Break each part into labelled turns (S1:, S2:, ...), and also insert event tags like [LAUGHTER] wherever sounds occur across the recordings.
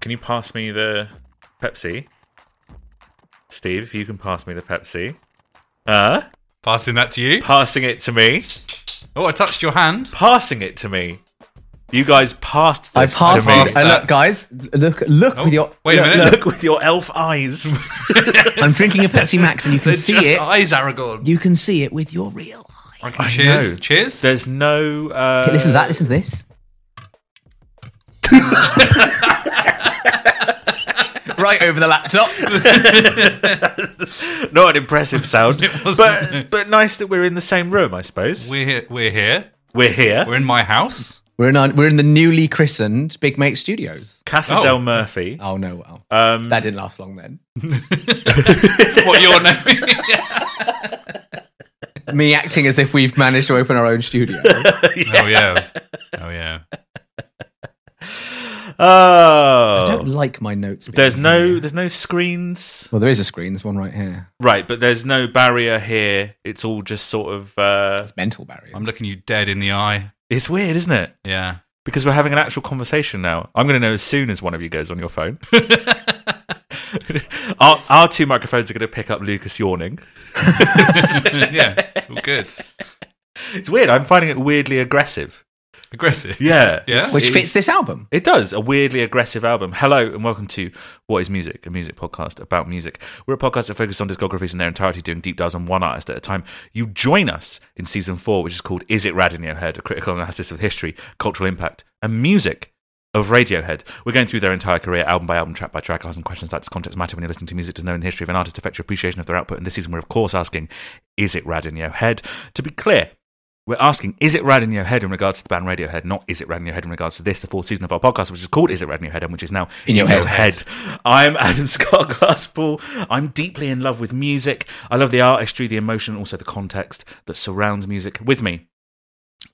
S1: Can you pass me the Pepsi? Steve, if you can pass me the Pepsi. Uh,
S2: Passing that to you.
S1: passing it to me.
S2: Oh, I touched your hand.
S1: Passing it to me. You guys passed
S3: I
S1: this
S3: passed
S1: to me.
S3: it. And
S2: that.
S3: look, guys, look, look with your.
S2: Oh, wait a
S3: look,
S2: minute.
S3: look.
S1: [LAUGHS] Look with your elf eyes.
S3: I'm drinking a Pepsi
S2: [LAUGHS]
S3: Max, and you can
S2: They're
S3: see
S2: just
S3: it.
S2: eyes, Aragorn.
S3: You can see it with your real eye. [LAUGHS]
S2: Okay, cheers.
S1: know.
S2: Cheers.
S1: There's no. Uh,
S3: Okay, listen to that. Listen to this. [LAUGHS] right over the laptop.
S1: Not an impressive
S2: [LAUGHS]
S1: sound,
S2: wasn't.
S1: but but nice that we're in the same room. I suppose we're,
S2: We're here. We're here.
S1: here.
S2: We're in my house.
S3: We're in our, we're in the newly christened Big Mate Studios.
S1: Casa
S2: Oh.
S1: Del Murphy.
S3: Oh no, well,
S1: Um,
S3: that didn't last long then.
S2: What your name?
S3: [LAUGHS] Me acting as if we've managed to open our own studio.
S2: Oh yeah. Oh yeah.
S3: I don't
S1: oh,
S3: like my notes. being
S1: there's
S3: here.
S1: no there's no screens.
S3: Well, there is a screen. There's one right here.
S1: Right, but there's no barrier here. It's all just sort of. Uh,
S3: It's mental barriers.
S2: I'm looking you dead in the eye.
S1: it's weird, isn't it?
S2: Yeah. [LAUGHS]
S1: Because we're having an actual conversation now. I'm going to know as soon as one of you goes on your phone. our, our two microphones are going to pick up Lucas yawning.
S2: yeah. It's all good.
S1: It's weird. I'm finding it weirdly aggressive.
S2: Aggressive.
S1: Yeah.
S2: Yeah.
S1: It's-
S3: which
S1: it's-
S3: fits this album.
S1: It does. A weirdly aggressive album. Hello and welcome to What is Music, a music podcast about music. We're a podcast that focuses on discographies in their entirety, doing deep dives on one artist at a time. You join us in season four, which is called Is It Rad in Your Head? A critical analysis of the history, cultural impact, and music of Radiohead. We're going through their entire career, album by album, track by track, asking questions like does context matter when you're listening to music? Does knowing the history of an artist affect your appreciation of their output? And this season, we're of course asking, Is it rad in your head? To be clear, we're asking, is it rad in your head in regards to the band Radiohead? Not is it rad in your head in regards to this, the fourth season of our podcast, which is called Is It Rad in Your Head, and which is now
S3: In Your Head.
S1: head. I'm Adam [LAUGHS] Scott Glasspool. I'm deeply in love with music. I love the artistry, the emotion, also the context that surrounds music. With me,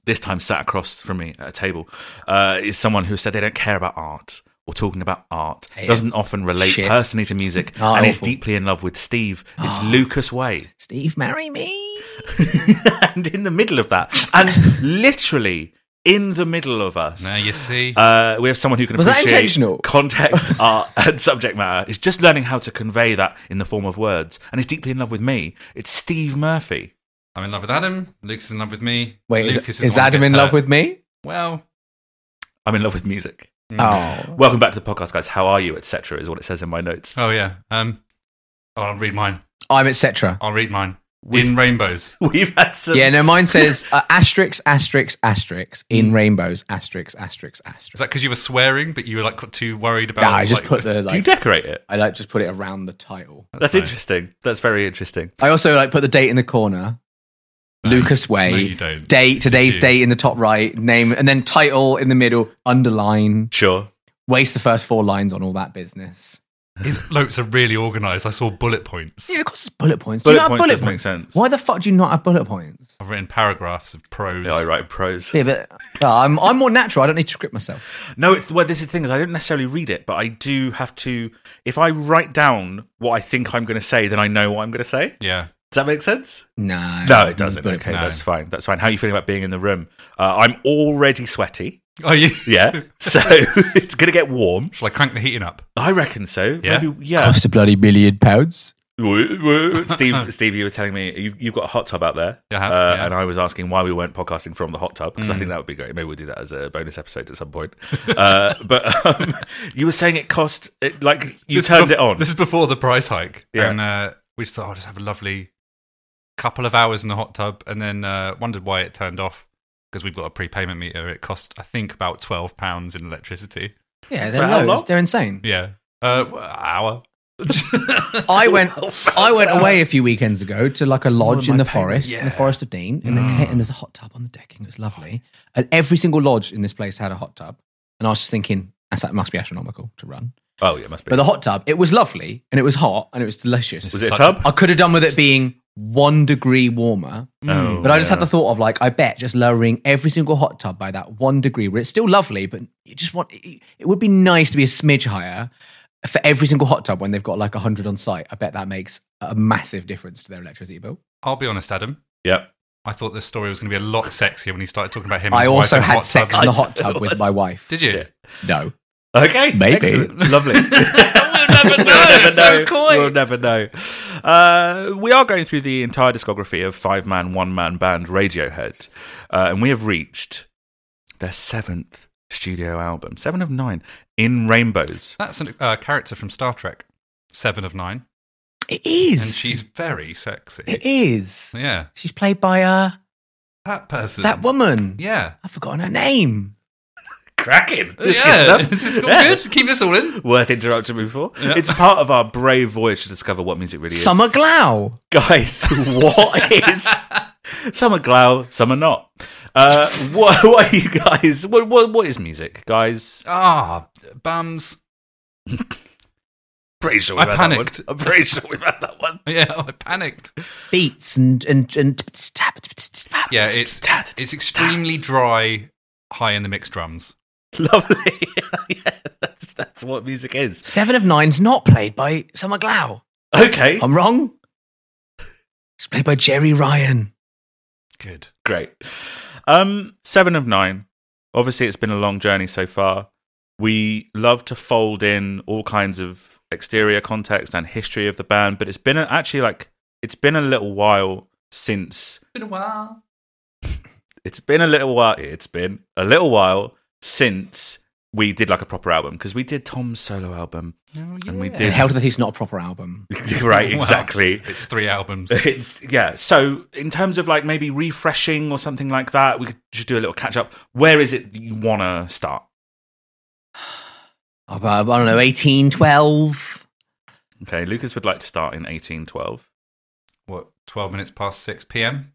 S1: this time sat across from me at a table, uh, is someone who said they don't care about art or talking about art,
S3: Hey,
S1: doesn't often relate
S3: shit.
S1: personally to
S3: [LAUGHS]
S1: music,
S3: Oh,
S1: and is
S3: awful. Ah.
S1: deeply in love with Steve. It's Lucas Way. [LAUGHS]
S3: Steve, marry me.
S1: and in the middle of that,
S3: [LAUGHS]
S1: and literally in the middle of us,
S2: Now you see.
S1: uh, we have someone who can
S3: Was that
S1: appreciate
S3: intentional? [LAUGHS]
S1: context, art, and subject matter. Is just learning how to convey that in the form of words, and is deeply in love with me. It's Steve Murphy.
S2: I'm in love with Adam. Lucas is in love with me.
S3: Wait, is,
S2: Lucas
S3: is
S2: the one who
S3: Adam
S2: gets
S3: in love
S2: hurt.
S3: with me?
S2: Well,
S1: I'm in love with music.
S2: Mm.
S3: Oh,
S1: Welcome back to the podcast, guys. How are you, etc. Is what it says in my notes.
S2: oh yeah. Um, oh, I'll read mine.
S3: I'm etc.
S2: I'll read mine.
S1: We've,
S2: in rainbows.
S1: [LAUGHS] we've had some.
S3: Yeah, no,
S1: [LAUGHS]
S3: mine says uh, asterisk, asterisk, asterisk, in rainbows, asterisk, asterisk,
S2: Mm. Is
S3: asterisk.
S2: that because you were swearing, but you were like got too worried about?
S3: Nah, I just
S2: like,
S3: put the
S1: Do you
S3: like,
S1: decorate it?
S3: I like just put it around the title.
S1: That's,
S2: fine.
S1: interesting. That's very interesting.
S3: I also like put the date in the corner. Lucas Way.
S2: No, you don't.
S3: Date, today's
S2: You do.
S3: date in the top right, name, and then title in the middle, underline.
S1: Sure.
S3: Waste the first four lines on all that business.
S2: His notes are really organised. I saw bullet points.
S3: Yeah, of course it's bullet points. do
S1: Bullet
S3: you not
S1: points
S3: have bullet
S1: does make
S3: points?
S1: sense.
S3: Why the fuck do you not have bullet points?
S2: I've written paragraphs of prose.
S1: Yeah, I write prose.
S3: Yeah, but oh, I'm, I'm more natural. I don't need to script myself.
S1: No, it's well. This is the thing is I don't necessarily read it, but I do have to. If I write down what I think I'm going to say, then I know what I'm going to say.
S2: Yeah.
S1: Does that make sense? Mm,
S3: No.
S1: No, it doesn't.
S3: Bullet
S1: Okay,
S3: points.
S1: that's fine. That's fine. How are you feeling about being in the room? Uh, I'm already sweaty.
S2: Oh, you? [LAUGHS]
S1: Yeah, so [LAUGHS] it's going to get warm.
S2: Shall I crank the heating up?
S1: I reckon so.
S2: Yeah?
S1: Maybe, yeah.
S3: Cost a bloody billion pounds.
S2: [LAUGHS]
S1: Steve, Steve, you were telling me you've, you've got a hot tub out there,
S2: Yeah, I have,
S1: uh,
S2: yeah. Mm.
S1: and I was asking why we weren't podcasting from the hot tub because I think that would be great. Maybe we'll do that as a bonus episode at some point. [LAUGHS] uh, but um, [LAUGHS] you were saying it cost it, like you
S2: This is
S1: turned
S2: bef-
S1: it on.
S2: This is before the price hike.
S1: Yeah.
S2: And uh, we just thought, oh, just have a lovely couple of hours in the hot tub. And then uh, wondered why it turned off because we've got a prepayment meter. It cost, I think, about £12 in electricity.
S3: Yeah,
S1: For
S3: they're
S1: how
S3: low.
S1: long? [LAUGHS]
S3: They're insane.
S2: Yeah. Uh, w- hour.
S3: I went I went away a few weekends ago to like a lodge
S1: my
S3: in the
S1: pain-
S3: forest, in the
S1: yeah. Mm.
S3: forest of Dean, and, then, and there's a hot tub on the decking. It was lovely. And every single lodge in this place had a hot tub. And I was just thinking, that's, that must be astronomical to run.
S1: Oh, yeah, it must be.
S3: But the hot tub, it was lovely and it was hot and it was delicious.
S1: was it a
S2: Suck-
S1: tub?
S3: I could have done with it being one degree warmer,
S2: Mm.
S1: Oh,
S3: but I just
S1: yeah.
S3: had the thought of like, I bet just lowering every single hot tub by that one degree where it's still lovely, but you just want, it, it would be nice to be a smidge higher for every single hot tub when they've got like 100 on site. I bet that makes a massive difference to their electricity bill.
S2: I'll be honest, Adam.
S1: Yep.
S2: I thought this story was going to be a lot sexier when he started talking about him. and
S3: I
S2: his wife
S3: also
S2: and
S3: had
S2: hot
S3: sex
S2: tubs.
S3: in the hot
S2: [LAUGHS]
S3: tub with my wife.
S2: Did you?
S1: Yeah.
S3: No.
S1: Okay.
S3: Maybe.
S1: excellent. [LAUGHS] Lovely. we'll [LAUGHS]
S2: never know. It's so coy.
S1: We'll never know. Uh, we are going through the entire discography of five man, one man band Radiohead, uh, and we have reached their seventh studio album, seven of nine, in [LAUGHS] Rainbows.
S2: That's a uh, character from Star Trek, Seven of Nine.
S3: It
S2: And
S3: is.
S2: she's very sexy.
S3: It is.
S2: Yeah.
S3: She's played by uh,
S2: That person.
S3: that woman.
S2: Yeah.
S3: I've forgotten her name.
S1: Cracking. It's
S2: yeah.
S1: good
S2: Is this
S1: stuff.
S2: all
S1: Yeah.
S2: good? Keep this all in.
S1: Worth interrupting me for.
S2: Yeah.
S1: It's part of our brave voyage to discover what music really is.
S3: Summer Glau.
S1: guys, [LAUGHS] what [LAUGHS] is some are glow, some are not. Uh, [LAUGHS] what, what are you guys? What, what, what is music, guys?
S2: Ah, bums.
S1: Pretty sure
S2: we've I had that panicked.
S1: I'm pretty sure we've had that one.
S2: Yeah, [LAUGHS] I panicked.
S3: beats and and and
S2: Yeah, it's it's extremely dry, high in the mixed drums.
S1: [LAUGHS] lovely. [LAUGHS] yeah, that's, that's what music is.
S3: Seven of Nine's not played by Summer Glau.
S1: Okay,
S3: I'm wrong. It's played by Jerry Ryan.
S2: Good.
S1: great. Um, seven of nine. Obviously, it's been a long journey so far. We love to fold in all kinds of exterior context and history of the band, but it's been a, actually like it's been a little while since
S2: Been a while.
S1: it's been a little while. It's been a little while since we did like a proper album because we did Tom's solo album.
S2: Oh, yeah.
S1: And we
S3: And
S1: did-
S3: Hell to the Thief's not a proper album. [LAUGHS]
S1: [LAUGHS] right,
S2: Wow.
S1: exactly.
S2: It's three albums. [LAUGHS]
S1: It's yeah. So in terms of like maybe refreshing or something like that, we could just do a little catch up. Where is it that you wanna start?
S3: About, uh, I don't know, 1812.
S1: Okay, Lucas would like to start in 1812.
S2: what? Twelve minutes past six p.m.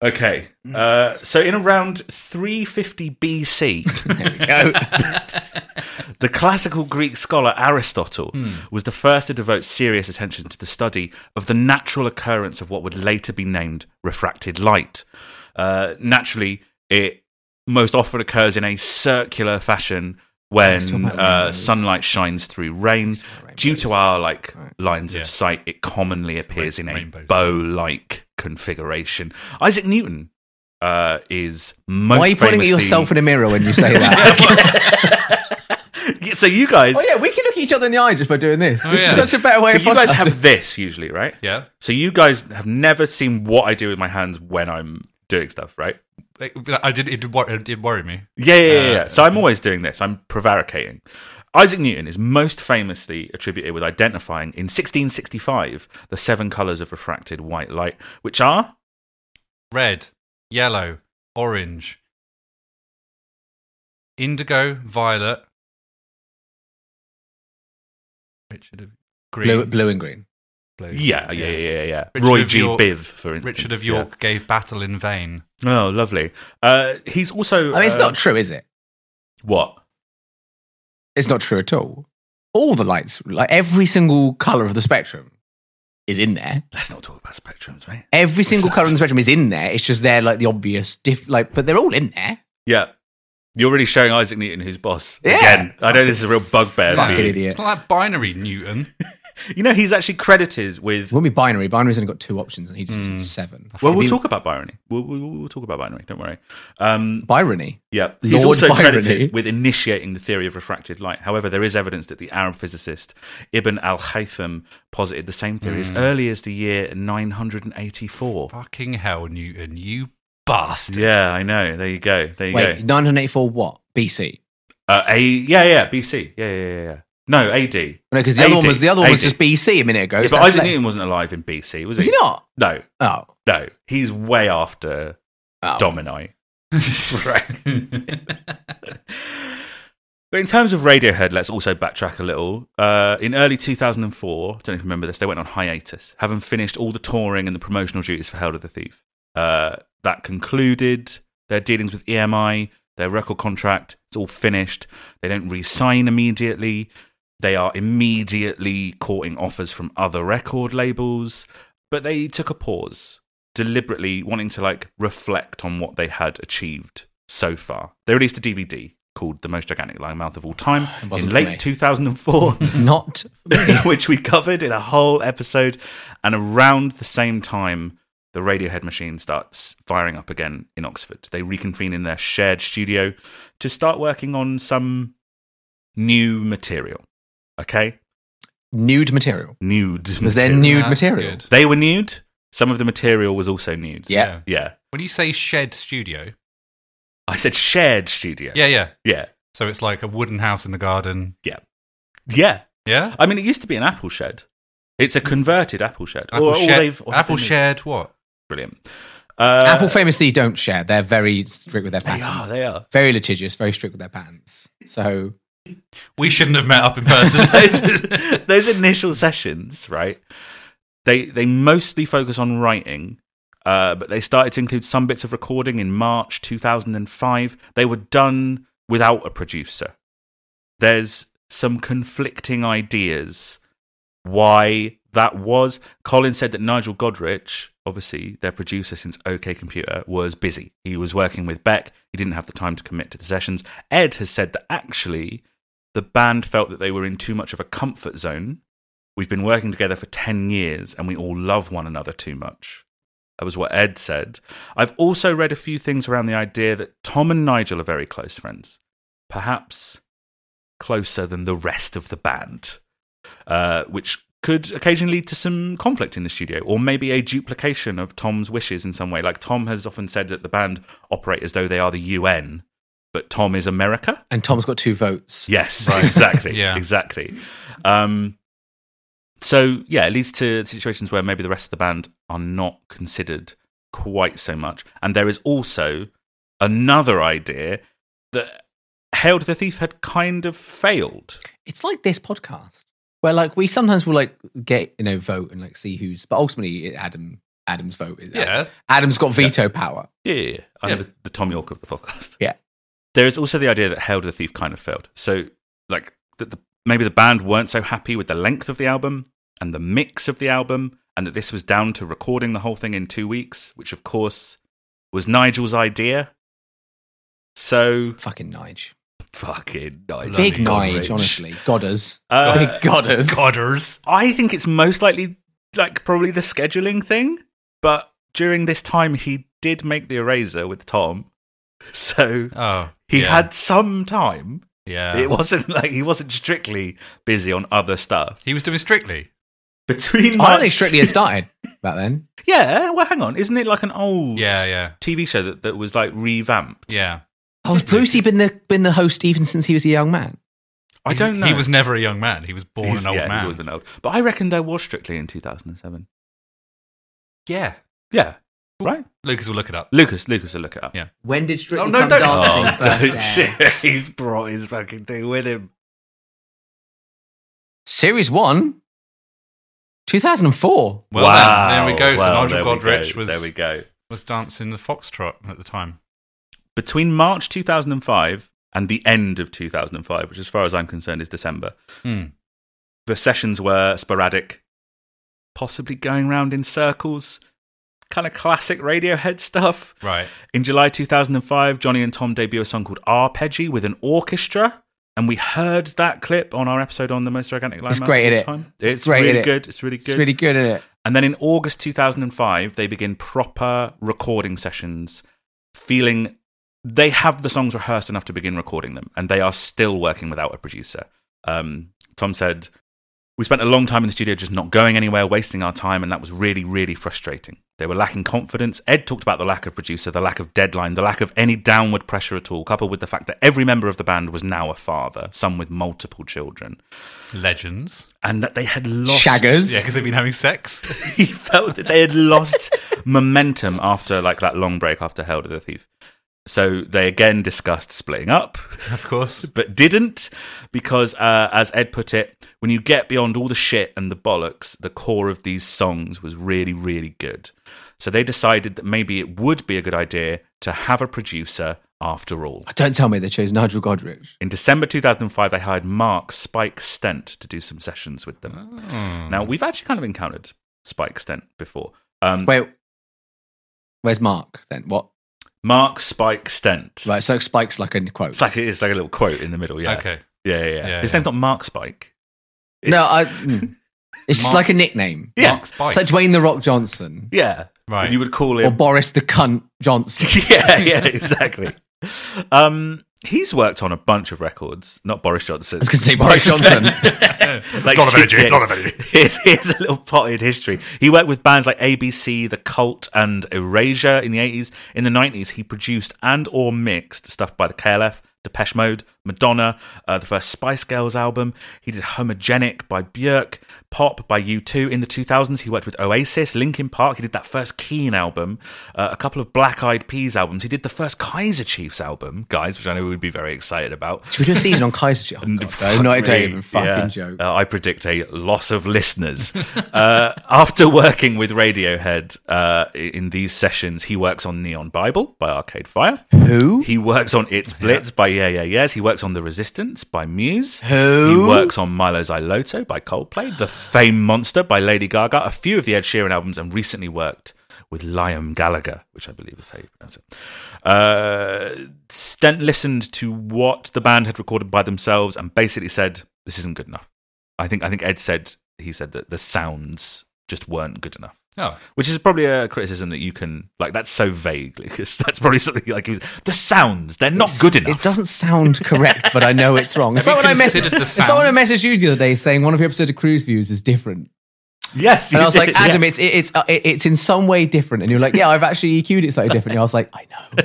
S1: Okay, uh, so in around 350 [LAUGHS] BC,
S3: There we go.
S1: the classical Greek scholar Aristotle
S3: Hmm.
S1: was the first to devote serious attention to the study of the natural occurrence of what would later be named refracted light. Uh, naturally, it most often occurs in a circular fashion
S3: It's talking
S1: when
S3: about
S1: uh,
S3: rainbows.
S1: sunlight shines through rain.
S3: about
S1: Due to our like
S3: Right.
S1: lines
S2: Yeah.
S1: of sight, it commonly appears in a
S2: rainbows.
S1: bow-like configuration. Isaac Newton uh, is most
S3: Why are you pointing at
S1: famously-
S3: yourself in a mirror when you say that?
S1: [LAUGHS] so you guys,
S3: Oh, yeah, we can look each other in the eye just by doing this.
S2: This is yeah. such
S3: a better way
S1: so you guys have this usually, right?
S2: Yeah.
S1: So you guys have never seen what I do with my hands when I'm doing stuff, right?
S2: It- I did. It, did wor- it did worry me.
S1: Yeah, yeah, yeah. yeah. so I'm always doing this. I'm prevaricating. Isaac Newton is most famously attributed with identifying in 1665 the seven colours of refracted white light, which are
S2: Red, yellow, orange, indigo, violet, Richard of Green.
S3: Blue, blue and green.
S2: blue.
S1: yeah, yeah, yeah, yeah, yeah.
S2: Richard
S1: Roy
S2: of
S1: G.
S2: York-
S1: Biv, for instance.
S2: Richard of
S1: yeah.
S2: York gave battle in vain.
S1: Oh, lovely. Uh, he's also.
S3: I mean, it's
S1: uh,
S3: not true, is it?
S1: what?
S3: It's not true at all. All the lights, like every single color of the spectrum, is in there.
S1: Let's not talk about spectrums, mate.
S3: Every single color in the spectrum is in there. It's just they're like the obvious diff, like, but they're all in there.
S1: Yeah. You're really showing Isaac Newton who's boss.
S3: Yeah.
S1: Again, I know this is a real bugbear for
S3: Fucking
S1: you.
S3: idiot.
S2: It's not that binary, Newton.
S1: You know, he's actually credited with.
S3: It wouldn't be binary. Binary's only got two options, and he just did seven.
S1: Well, we'll
S3: It'd be
S1: talk about Byrony. We'll, we'll, we'll talk about Byrony. Don't worry. Um,
S3: Byrony.
S1: Yeah, he's
S3: Lord
S1: also
S3: Byrony.
S1: credited with initiating the theory of refracted light. However, there is evidence that the Arab physicist Ibn al-Haytham posited the same theory
S3: Hmm.
S1: as early as the year 984.
S2: Fucking hell, Newton, you
S1: [LAUGHS]
S2: bastard.
S1: Yeah, I know. There you go. There you
S3: Wait,
S1: go.
S3: 984 what? BC.
S1: Uh, a yeah, yeah, BC. Yeah, yeah, yeah, yeah. No, AD. Yeah,
S3: No, because the other one was the other one was
S1: AD.
S3: just BC a minute ago. so
S1: but
S3: that's
S1: Isaac
S3: like-
S1: Newton wasn't alive in BC, was he?
S3: was he not?
S1: No,
S3: Oh,
S1: no. He's way after
S3: oh.
S1: Domini.
S2: [LAUGHS]
S1: But in terms of Radiohead, let's also backtrack a little. Uh, in early 2004, don't know if you remember this, they went on hiatus, having finished all the touring and the promotional duties for Hail to the Thief. Uh, that concluded their dealings with EMI, their record contract, it's all finished. They don't re sign immediately. They are immediately courting offers from other record labels, but they took a pause, deliberately wanting to like reflect on what they had achieved so far. They released a DVD called "The Most Gigantic Lying Mouth of All
S3: [SIGHS]
S1: Time" in
S3: wasn't for me.
S1: late
S3: [LAUGHS]
S1: 2004,
S3: It's not.
S1: which we covered in a whole episode. And around the same time, the Radiohead machine starts firing up again in Oxford. They reconvene in their shared studio to start working on some new material. Okay,
S3: Nude material.
S1: nude.
S3: Was there
S1: material.
S3: nude
S2: That's
S3: material?
S2: good.
S1: They were nude. Some of the material was also nude.
S3: Yeah.
S1: Yeah.
S2: When you say shed studio,
S1: I said shared studio.
S2: yeah, yeah.
S1: Yeah.
S2: So it's like a wooden house in the garden.
S1: Yeah.
S2: Yeah?
S1: I mean, it used to be an apple shed. It's a converted apple shed.
S2: Apple,
S1: Or- or
S2: shed,
S1: they've- or
S2: apple
S1: they've-
S2: shed, what?
S1: Brilliant. Uh,
S3: Apple famously don't share. They're very strict with their
S1: They are.
S3: patterns.
S1: They are.
S3: very litigious, very strict with their patterns. So
S2: We shouldn't have met up in
S1: [LAUGHS]
S2: person.
S1: those, those initial sessions, right? They they mostly focus on writing, uh, but they started to include some bits of recording in March 2005. They were done without a producer. There's some conflicting ideas why that was. Colin said that Nigel Godrich, obviously their producer since OK Computer, was busy. He was working with Beck. He didn't have the time to commit to the sessions. Ed has said that actually the band felt that they were in too much of a comfort zone. We've been working together for 10 years and we all love one another too much. That was what Ed said. I've also read a few things around the idea that Tom and Nigel are very close friends, perhaps closer than the rest of the band, uh, which could occasionally lead to some conflict in the studio or maybe a duplication of Tom's wishes in some way. Like Tom has often said that the band operate as though they are the UN, but Tom is America.
S3: and Tom's got two votes.
S1: Yes, exactly.
S2: Yeah.
S1: exactly. Um, so yeah, it leads to situations where maybe the rest of the band are not considered quite so much. And there is also another idea that Hail to the Thief had kind of failed.
S3: It's like this podcast. Where like we sometimes will like get, you know, vote and like see who's but ultimately it, Adam Adam's vote is
S2: yeah.
S3: Adam's got veto power.
S1: Yeah, I'm
S2: Yeah.
S1: The, the Tom York of the podcast.
S3: Yeah.
S1: There is also the idea that Hail to the Thief kind of failed. So, like, that the, maybe the band weren't so happy with the length of the album and the mix of the album, and that this was down to recording the whole thing in two weeks, which, of course, was Nigel's idea. So,
S3: Fucking Nige.
S1: fucking Nigel.
S3: Big
S1: Godrich.
S3: Nige, honestly. Godders.
S1: Uh,
S3: Big
S2: [LAUGHS]
S3: Godders.
S2: Godders.
S1: I think it's most likely, like, probably the scheduling thing, but during this time, he did make the eraser with Tom. [LAUGHS] So.
S2: Oh.
S1: He
S2: yeah.
S1: had some time.
S2: Yeah.
S1: It wasn't like he wasn't strictly busy on other stuff.
S2: he was doing strictly.
S1: Between
S3: I don't
S1: March,
S3: think Strictly had started back then.
S1: yeah. Well, hang on, isn't it like an old
S2: Yeah, yeah.
S1: TV show that, that was like revamped?
S2: Yeah.
S3: Oh, has Brucey been the been the host even since he was a young man?
S1: I
S4: He's-
S1: don't know.
S2: He was never a young man. He was born
S1: He's-
S2: an old
S1: yeah, he's
S2: man.
S1: always been old. But I reckon there was Strictly in 2007.
S2: Yeah.
S1: Yeah. Right?
S2: Lucas will look it up.
S1: Lucas, Lucas will look it up.
S2: Yeah.
S3: When did Strictly
S2: Oh, no,
S3: Come
S2: don't-
S3: Dancing
S1: Oh,
S3: first
S1: don't-
S3: air?
S1: [LAUGHS] he's brought his fucking thing with him.
S3: Series 1, 2004.
S2: Well,
S1: wow.
S2: then, there we
S1: Well,
S2: go. so
S1: there
S2: Nigel
S1: we go.
S2: Godrich was,
S1: There we go.
S2: was dancing the foxtrot at the time.
S1: Between March 2005 and the end of 2005, which, as far as I'm concerned, is December,
S2: Hmm.
S1: the sessions were sporadic, possibly going round in circles, kind of classic Radiohead stuff.
S2: Right.
S1: In July 2005, Johnny and Tom debut a song called Arpeggi with an orchestra. And we heard that clip on our episode on the most gigantic line.
S3: It's great, innit?
S1: Time. It's,
S3: It's great,
S1: really
S3: innit?
S1: good. It's really good.
S3: It's really good, isn't it?
S1: and then in August 2005, they begin proper recording sessions, feeling they have the songs rehearsed enough to begin recording them, and they are still working without a producer. Um, Tom said, We spent a long time in the studio just not going anywhere, wasting our time, and that was really, really frustrating. They were lacking confidence. Ed talked about the lack of producer, the lack of deadline, the lack of any downward pressure at all, coupled with the fact that every member of the band was now a father, some with multiple children,
S2: Legends. [LAUGHS]
S1: and that they had lost
S3: Shaggers.
S2: Yeah, because they've been having sex.
S1: [LAUGHS] he felt that they had lost momentum after like that long break after Hail to the Thief. So they again discussed splitting up,
S2: [LAUGHS] of course.
S1: but didn't because, uh, as Ed put it, when you get beyond all the shit and the bollocks, the core of these songs was really, really good. So they decided that maybe it would be a good idea to have a producer after all.
S3: Don't tell me they chose Nigel Godrich.
S1: In December 2005, they hired Mark Spike Stent to do some sessions with them.
S2: Oh.
S1: Now, we've actually kind of encountered Spike Stent before.
S2: Hmm.
S1: Um,
S3: Wait, where's Mark then? What?
S1: Mark Spike Stent.
S3: Right, so Spike's like in quotes.
S1: It's like it's like a little quote in the middle. Yeah.
S2: Okay.
S1: Yeah, yeah, yeah.
S2: Yeah,
S1: His
S2: yeah.
S1: name's not Mark Spike.
S3: no,
S1: It's-
S3: I, mm. it's just
S2: Mark-
S3: like a nickname.
S1: Yeah.
S2: Mark Spike.
S3: It's like Dwayne the Rock Johnson
S1: yeah.
S2: Right.
S1: You would call
S3: or
S1: him.
S3: Boris the Cunt Johnson.
S1: [LAUGHS] yeah, yeah, exactly. um, he's worked on a bunch of records. Not Boris Johnson.
S3: I was going to say Boris Johnson.
S1: like
S2: Not a
S1: Sid
S2: very Jew,
S1: Dick.
S2: not a very Jew.
S1: [LAUGHS] Here's, here's a little potted history. He worked with bands like ABC, The Cult, and Erasure in the 80s. In the 90s, he produced and or mixed stuff by the KLF, Depeche Mode, Madonna, uh, the first Spice Girls album. He did Homogenic by Björk, Pop by U2. In the 2000s, he worked with Oasis, Linkin Park. He did that first Keen album, uh, a couple of Black Eyed Peas albums. He did the first Kaiser Chiefs album, guys, which I know we would be very excited about.
S3: [LAUGHS] Should we do a season on Kaiser Chiefs? Oh, God, no, no, don't even fucking joke.
S1: Uh, I predict a loss of listeners. [LAUGHS] uh, after working with Radiohead uh, in these sessions, he works on Neon Bible by Arcade Fire.
S3: Who?
S1: He works on It's Blitz by Yeah Yeah Yeahs. He works on The Resistance by Muse.
S3: Who?
S1: He works on Milo Xyloto by Coldplay, The Fame Monster by Lady Gaga, a few of the Ed Sheeran albums, and recently worked with Liam Gallagher, which I believe is how you pronounce it. Uh, Stent listened to what the band had recorded by themselves and basically said, "This isn't good enough." I think I think Ed said he said that the sounds just weren't good enough
S2: Oh,
S1: which is probably a criticism that you can like that's so vague [LAUGHS] because that's probably something like it was, the sounds they're not good enough
S3: It doesn't sound correct, but I know
S1: [LAUGHS]
S3: it's wrong. It's
S2: Have
S3: like
S2: you
S3: when I messaged,
S2: considered
S3: [LAUGHS]
S2: the
S3: it's like when I
S2: sound?
S3: messaged you the other day saying one of your episode of Cruise Views is different.
S1: yes
S3: And
S1: you
S3: I was
S1: did,
S3: like,
S1: [LAUGHS]
S3: Adam,
S1: yeah.
S3: it's it, it's uh, it, it's in some way different. And you were like, yeah, I've actually EQ'd it slightly differently. I was like, I
S1: [LAUGHS]
S3: know,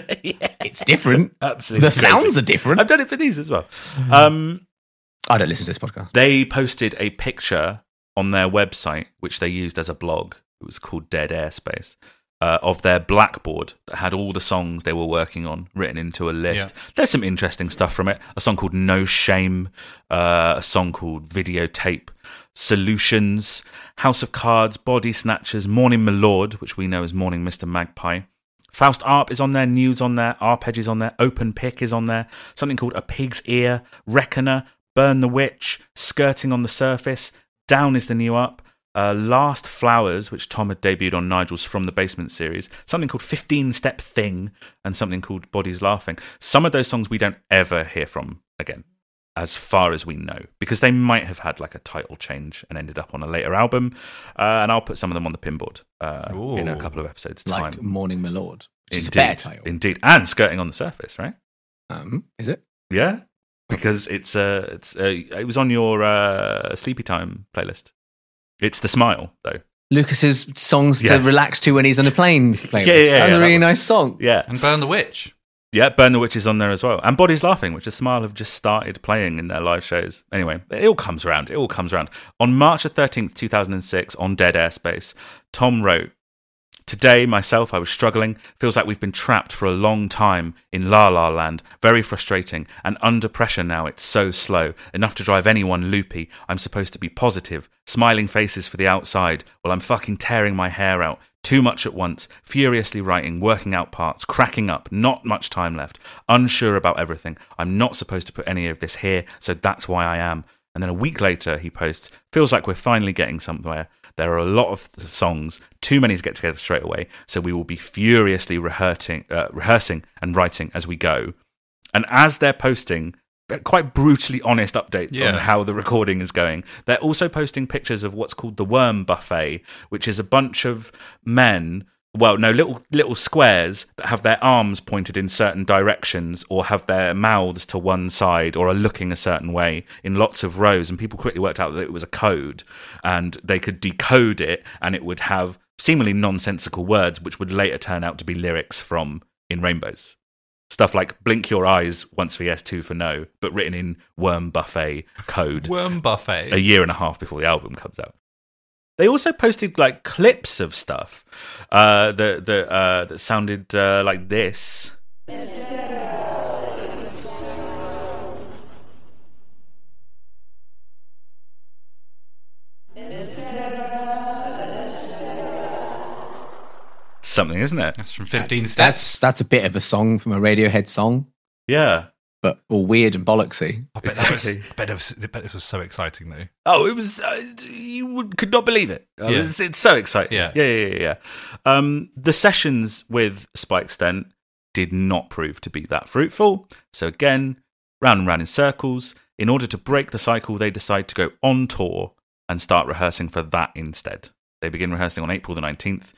S3: it's different.
S1: absolutely
S3: The
S1: crazy.
S3: sounds are Mm. different.
S1: I've done it for these as well um
S3: I don't listen to this podcast.
S1: they posted a picture on their website which they used as a blog it was called Dead Airspace uh, of their blackboard that had all the songs they were working on written into a list. There's some interesting stuff from it. A song called No Shame, uh, a song called Videotape, Solutions, House of Cards, Body Snatchers, Morning Milord, which we know as Morning Mr. Magpie. Faust Arp is on there, Nudes on there, Arpeg is on there, Open Pick is on there, something called A Pig's Ear, Reckoner, Burn the Witch, Skirting on the Surface, Down is the New Up, uh, Last Flowers, which Tom had debuted on Nigel's From the Basement series, something called 15 Step Thing, and something called Bodies Laughing. Some of those songs we don't ever hear from again, as far as we know, because they might have had like a title change and ended up on a later album. Uh, and I'll put some of them on the pinboard uh, in a
S2: Ooh.
S1: couple of episodes' time.
S3: Like Morning My Lord, which is a
S1: Indeed.
S3: better title.
S1: Indeed, and skirting on the surface, right?
S3: Um, is it?
S1: Yeah, because it's uh, it's uh, it was on your uh, sleepy time playlist. It's the smile though.
S3: Lucas's songs
S1: Yes.
S3: [LAUGHS] to relax to when he's on a plane. playlist.
S1: yeah, yeah,
S3: That was
S1: that
S3: a really
S1: one.
S3: nice song.
S1: Yeah,
S2: and Burn the Witch.
S1: Yeah, Burn the Witch is on there as well. And Bodies Laughing, which is Smile have just started playing in their live shows. Anyway, it all comes around. It all comes around. On March the 13th, 2006, on Dead Airspace, Tom wrote, Today, myself, I was struggling. Feels like we've been trapped for a long time in La La Land. Very frustrating. And under pressure now, it's so slow. Enough to drive anyone loopy. I'm supposed to be positive. Smiling faces for the outside. Well, I'm fucking tearing my hair out. Too much at once, furiously writing, working out parts, cracking up, not much time left, unsure about everything. I'm not supposed to put any of this here, so that's why I am. And then a week later, he posts, feels like we're finally getting somewhere. There are a lot of th- songs, too many to get together straight away, so we will be furiously rehearsing, uh, rehearsing and writing as we go. And as they're posting, they're quite brutally honest updates on
S2: Yeah.
S1: how the recording is going. They're also posting pictures of what's called the Worm Buffet, which is a bunch of men. Well, no, little little squares that have their arms pointed in certain directions, or have their mouths to one side, or are looking a certain way in lots of rows. And people quickly worked out that it was a code, and they could decode it, and it would have seemingly nonsensical words, which would later turn out to be lyrics from In Rainbows stuff like blink your eyes once for yes two for no but written in worm buffet code
S2: Worm buffet.
S1: a year and a half before the album comes out they also posted like clips of stuff uh, that that uh, that sounded uh, like this something isn't it
S2: That's from
S3: That's,
S2: 15 steps.
S3: that's that's a bit of a song from a Radiohead song,
S1: yeah
S3: but all weird and bollocksy.
S2: I bet, that was,
S1: Exactly.
S2: I, bet it was, I bet this was so exciting, though.
S1: Oh, it was uh, you would, could not believe it. Uh,
S2: Yeah.
S1: it's, it's so exciting.
S2: Yeah.
S1: yeah, yeah, yeah. yeah. Um, the sessions with Spike Stent did not prove to be that fruitful. So again, round and round in circles. In order to break the cycle, they decide to go on tour and start rehearsing for that instead. They begin rehearsing on April the nineteenth.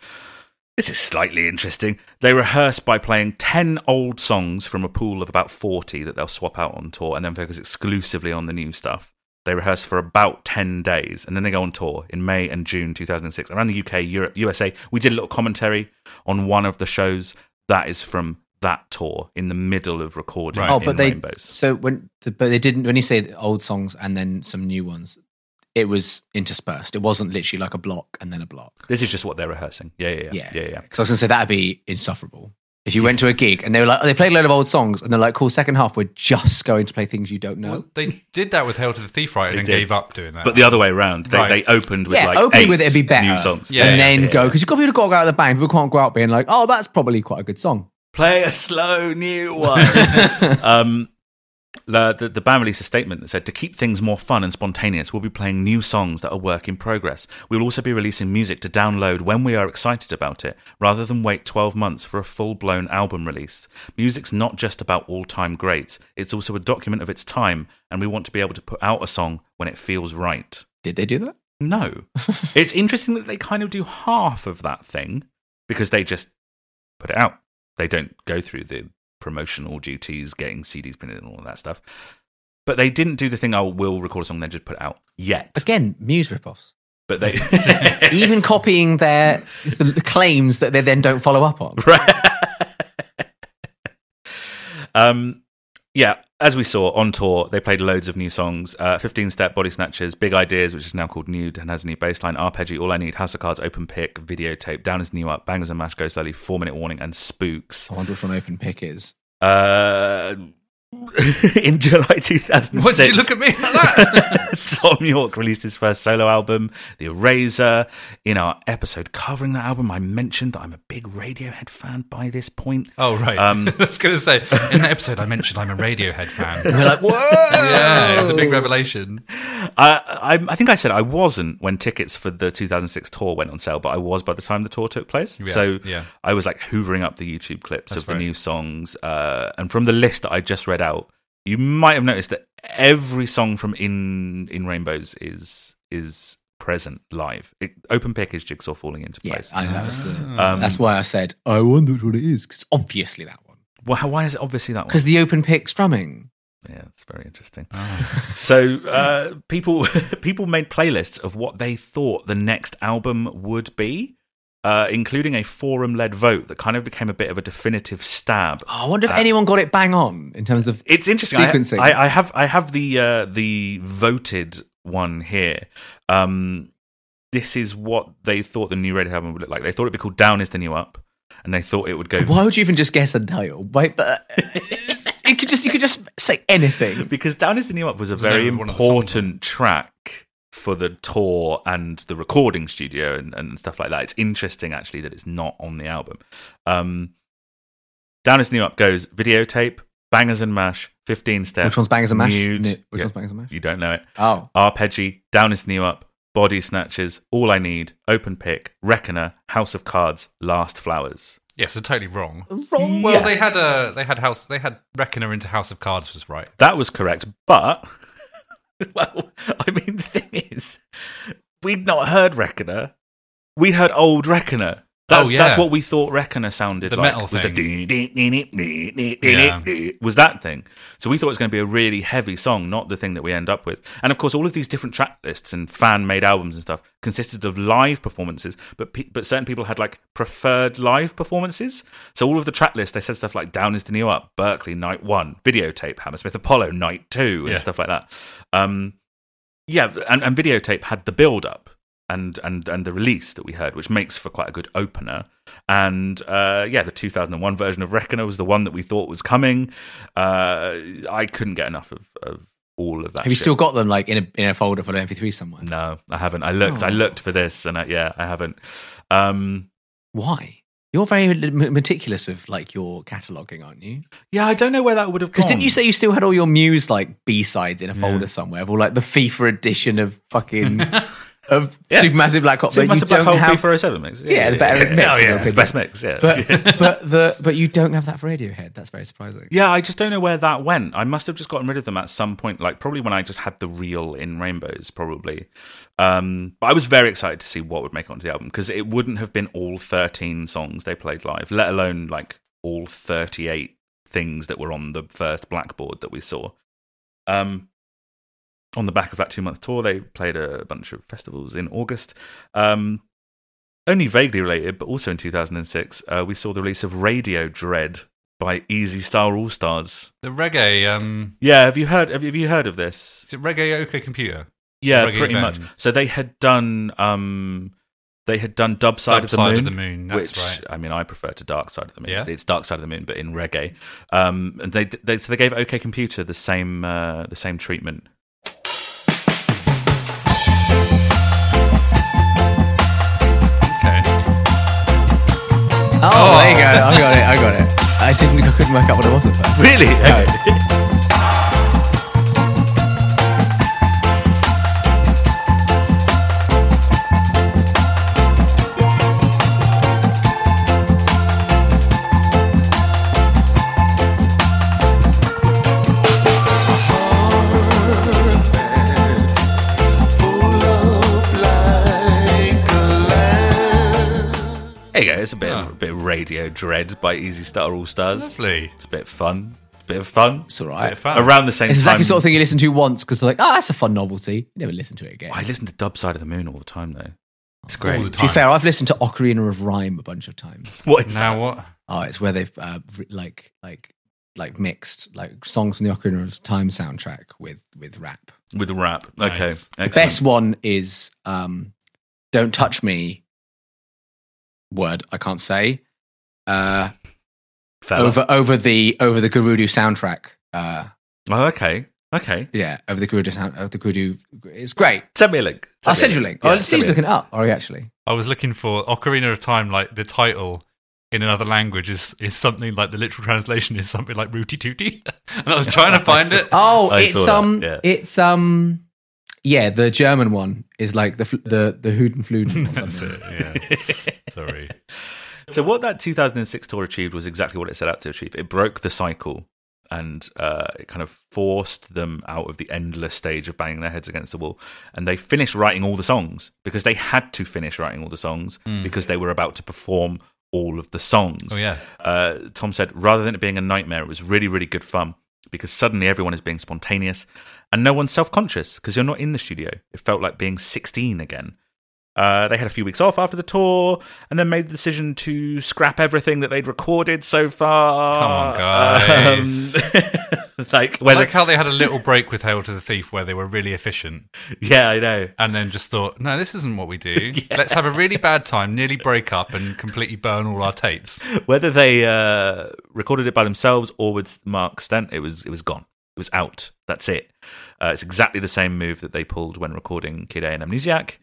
S1: This is slightly interesting. They rehearse by playing 10 old songs from a pool of about 40 that they'll swap out on tour and then focus exclusively on the new stuff. They rehearse for about 10 days and then they go on tour in May and June 2006 around the UK, Europe, USA. We did a little commentary on one of the shows that is from that tour in the middle of recording.
S2: Right.
S3: Oh, but
S1: in
S3: they
S1: Rainbows.
S3: so when but they didn't when you say the old songs and then some new ones, it was interspersed. It wasn't literally like a block and then a block.
S1: This is just what they're rehearsing. Yeah, yeah, yeah.
S3: Yeah.
S1: yeah, yeah.
S3: Because I was gonna say that'd be insufferable. If you went to a gig and they were like, oh, they played a load of old songs, and they're like, cool, second half, we're just going to play things you don't know.
S2: Well, they did that with Hail to the Thief Right and
S1: They
S2: then
S1: did.
S2: gave up doing that.
S1: But the other way around, they,
S2: Right.
S1: they opened with
S3: yeah,
S1: like
S3: open
S1: eight
S3: with it'd be better.
S1: new songs.
S2: Yeah,
S3: and
S2: yeah,
S3: then
S1: yeah,
S3: go
S1: yeah.
S3: because you've got people to go out of the band. People can't go out being like, "Oh, that's probably quite a good song."
S1: play a slow new
S3: [LAUGHS]
S1: one. um, the, the, the band released a statement that said to keep things more fun and spontaneous, we'll be playing new songs that are work in progress. We will also be releasing music to download when we are excited about it, rather than wait 12 months for a full blown album release. Music's not just about all time greats, it's also a document of its time, and we want to be able to put out a song when it feels right.
S3: Did they do that?
S1: No. it's interesting that they kind of do half of that thing because they just put it out. They don't go through the promotional duties, getting CDs printed and all of that stuff. But they didn't do the thing, oh, we'll record a song, then just put it out yet.
S3: Again, Muse ripoffs.
S1: But they.
S3: [LAUGHS]
S1: [LAUGHS]
S3: Even copying their the claims that they then don't follow up on.
S1: [LAUGHS] um, yeah, as we saw on tour, they played loads of new songs. Uh, 15 Step, Body Snatchers, Big Ideas, which is now called Nude and has a new baseline, Arpeggio, All I Need, House of Cards, Open Pick, Videotape, Down is New Up, Bangers and Mash, Go Slowly, Four Minute Warning, and Spooks.
S3: I wonder if an open pick is.
S1: Uh, [LAUGHS] in July 2006.
S2: [LAUGHS] What did you look at me like that? [LAUGHS]
S1: Tom York released his first solo album, The Eraser. In our episode covering that album, I mentioned that I'm a big Radiohead fan by this point.
S2: Oh, right.
S1: Um,
S2: [LAUGHS] I was going to say, in that episode, I mentioned I'm a Radiohead fan. [LAUGHS]
S3: We're like, whoa!
S2: yeah, it was a big revelation.
S1: I, I, I think I said I wasn't when tickets for the 2006 tour went on sale, but I was by the time the tour took place. so
S2: yeah.
S1: I was like hoovering up the YouTube clips of the
S2: right.
S1: new songs. Uh, and from the list that I just read out, you might have noticed that every song from In In Rainbows is is present live. It, open pick is Jigsaw falling into
S3: Yeah,
S1: place.
S3: I, that was the.
S1: um,
S3: That's why I said I wondered what it is because obviously that one
S1: why, why is it obviously that one?
S3: because the open pick strumming.
S1: Yeah, it's very interesting. [LAUGHS] so uh, [LAUGHS] people people made playlists of what they thought the next album would be. uh, including a forum led vote that kind of became a bit of a definitive stab.
S3: Oh, I wonder if anyone got it bang on in terms of
S1: It's interesting. I-
S3: sequencing.
S1: I, I have I have the uh, the voted one here. Um, this is what they thought the new Red album would look like. They thought it'd be called "Down Is the New Up," and they thought it would go
S3: Why would you even just guess a title? Wait,
S1: [LAUGHS]
S3: but [LAUGHS] you could just you could just say anything.
S1: because "Down Is the New Up" was a
S2: the
S1: very
S2: name of one of the songs,
S1: important track for the tour and the recording studio and, and stuff like that. It's interesting actually that it's not on the album. Um, "Down Is the New Up" goes videotape, bangers and mash, fifteen steps.
S3: Which one's bangers and mash?
S1: Nudes.
S3: Ni- Which
S1: Yeah,
S3: one's bangers and mash?
S1: You don't know it.
S3: Oh,
S1: Arpeggi, Down is the New Up, Body Snatchers, All I Need, Open Pick, Reckoner, House of Cards, Last Flowers.
S2: Yeah, so totally wrong.
S3: wrong.
S2: Well, they had a they had house they had Reckoner into House of Cards was right.
S1: That was correct, but [LAUGHS] well, I mean the thing is, we'd not heard Reckoner. We'd heard old Reckoner. That's,
S2: Oh, yeah.
S1: that's what we thought Reckoner sounded
S2: The
S1: like.
S2: metal
S1: was the
S2: thing.
S1: dee- dee- dee- dee- dee- dee- dee- dee- was that thing. So we thought it was going to be a really heavy song, not the thing that we end up with. And of course, all of these different track lists and fan made albums and stuff consisted of live performances, but pe- but certain people had like preferred live performances. So all of the track lists, they said stuff like "Down is the New Up," Berkeley Night One, videotape Hammersmith Apollo Night Two, and
S2: Yeah.
S1: stuff like that. Um, yeah, and, and videotape had the build up and, and and the release that we heard, which makes for quite a good opener. And uh, yeah, the 2001 version of Reckoner was the one that we thought was coming. Uh, I couldn't get enough of, of all of that.
S3: Have you
S1: shit.
S3: still got them like in a in a folder for an MP3 somewhere?
S1: No, I haven't. I looked. I
S3: Oh.
S1: looked for this, and I, yeah, I haven't. Um,
S3: Why? You're very m- meticulous with like your cataloging, aren't you?
S1: yeah, I don't know where that would have.
S3: Because
S1: gone.
S3: didn't you say you still had all your Muse like B sides in a folder somewhere, or like the FIFA edition of fucking of Supermassive Black Hop?
S1: So
S3: that
S1: it must
S3: you
S1: have Black
S3: don't
S1: Hole
S3: have,
S1: 3407 mix.
S3: Yeah, the better mix, in my
S1: yeah,
S3: opinion.
S1: best mix. [LAUGHS] Yeah,
S3: but but the but you don't have that for Radiohead. That's very surprising.
S1: Yeah, I just don't know where that went. I must have just gotten rid of them at some point, like probably when I just had the reel in rainbows, probably. Um, but I was very excited to see what would make it onto the album because it wouldn't have been all 13 songs they played live, let alone like all 38 things that were on the first blackboard that we saw. Um, on the back of that two month tour, they played a bunch of festivals in August. Um, only vaguely related, but also in 2006, uh, we saw the release of Radio Dread by Easy Star All Stars.
S2: The reggae um
S1: Yeah, have you heard? Have you, have you heard of this?
S2: is it reggae OK Computer?
S1: Yeah,
S2: Reggae
S1: pretty much.
S2: Vengeance.
S1: So they had done, um, they had done Dub Side,
S2: Dark
S1: of, the
S2: Side
S1: moon,
S2: of the Moon, that's
S1: which
S2: right.
S1: I mean, I prefer to Dark Side of the Moon.
S2: Yeah.
S1: It's Dark Side of the Moon, but in reggae. Um, and they, they so they gave OK Computer the same uh, the same treatment. uh,
S2: Okay.
S3: Oh, there you go. I got it. I got it. I didn't. I couldn't work out what it was at first.
S1: Really? There you go. It's a bit, of, a bit of radio dread by Easy Star All Stars.
S2: Lovely.
S1: It's a bit fun. It's a bit of fun.
S3: It's all right.
S2: Bit of fun.
S1: Around the same
S3: It's
S1: time.
S3: exactly the sort of thing you listen to once because like, oh, that's a fun novelty. You never listen to it again.
S1: I listen to Dub Side of the Moon all the time, though. It's
S2: All the
S1: great.
S3: to be
S2: time.
S3: fair, I've listened to Ocarina of Rhyme a bunch of times.
S1: What is that?
S2: Now what?
S3: Oh, it's where they've uh, re- like like like mixed like songs from the Ocarina of Time soundtrack with with rap.
S1: With the rap. Okay.
S2: Nice.
S1: Excellent.
S3: Best one is um, "Don't Touch Me." Word I can't say. Uh,
S1: Fella.
S3: over over the over the Gerudo soundtrack. Uh,
S1: Oh, okay. Okay.
S3: yeah, over the Gerudo sound. Over the Gerudo, it's great.
S1: Send me a link.
S3: I'll send you a link.
S1: Yeah,
S3: oh, Steve's
S1: send me
S3: looking it up. Are you actually?
S2: I was looking for Ocarina of Time, like the title in another language is, is something like the literal translation is something like Rooty Tooty. [LAUGHS] and I was
S1: [LAUGHS]
S2: trying to find it.
S3: Oh,
S1: I saw
S3: it's
S1: that,
S3: um,
S1: yeah.
S3: it's um, yeah, the German one is like the fl- the the
S1: [LAUGHS]
S3: Hootenfluden or
S2: That's
S3: something.
S2: it. Yeah. [LAUGHS] Sorry.
S1: So what that 2006 tour achieved was exactly what it set out to achieve. It broke the cycle and uh, it kind of forced them out of the endless stage of banging their heads against the wall. And they finished writing all the songs because they had to finish writing all the songs because they were about to perform all of the songs.
S2: Mm. Oh, yeah.
S1: Uh, Tom said, rather than it being a nightmare, it was really, really good fun because suddenly everyone is being spontaneous and no one's self conscious because you're not in the studio. It felt like being 16 again. Uh, they had a few weeks off after the tour and then made the decision to scrap everything that they'd recorded so far.
S2: Come on, guys.
S1: Um, [LAUGHS] like,
S2: I
S1: whether,
S2: like how they had a little break with Hail to the Thief where they were really efficient
S1: [LAUGHS] yeah, I know.
S2: and then just thought, no, this isn't what
S1: [LAUGHS]
S2: we do. Let's have a really bad time, nearly break up, and completely burn all our tapes.
S1: Whether they uh, recorded it by themselves or with Mark Stent, it was it was gone. It was out. That's it. Uh, it's exactly the same move that they pulled when recording Kid A and Amnesiac,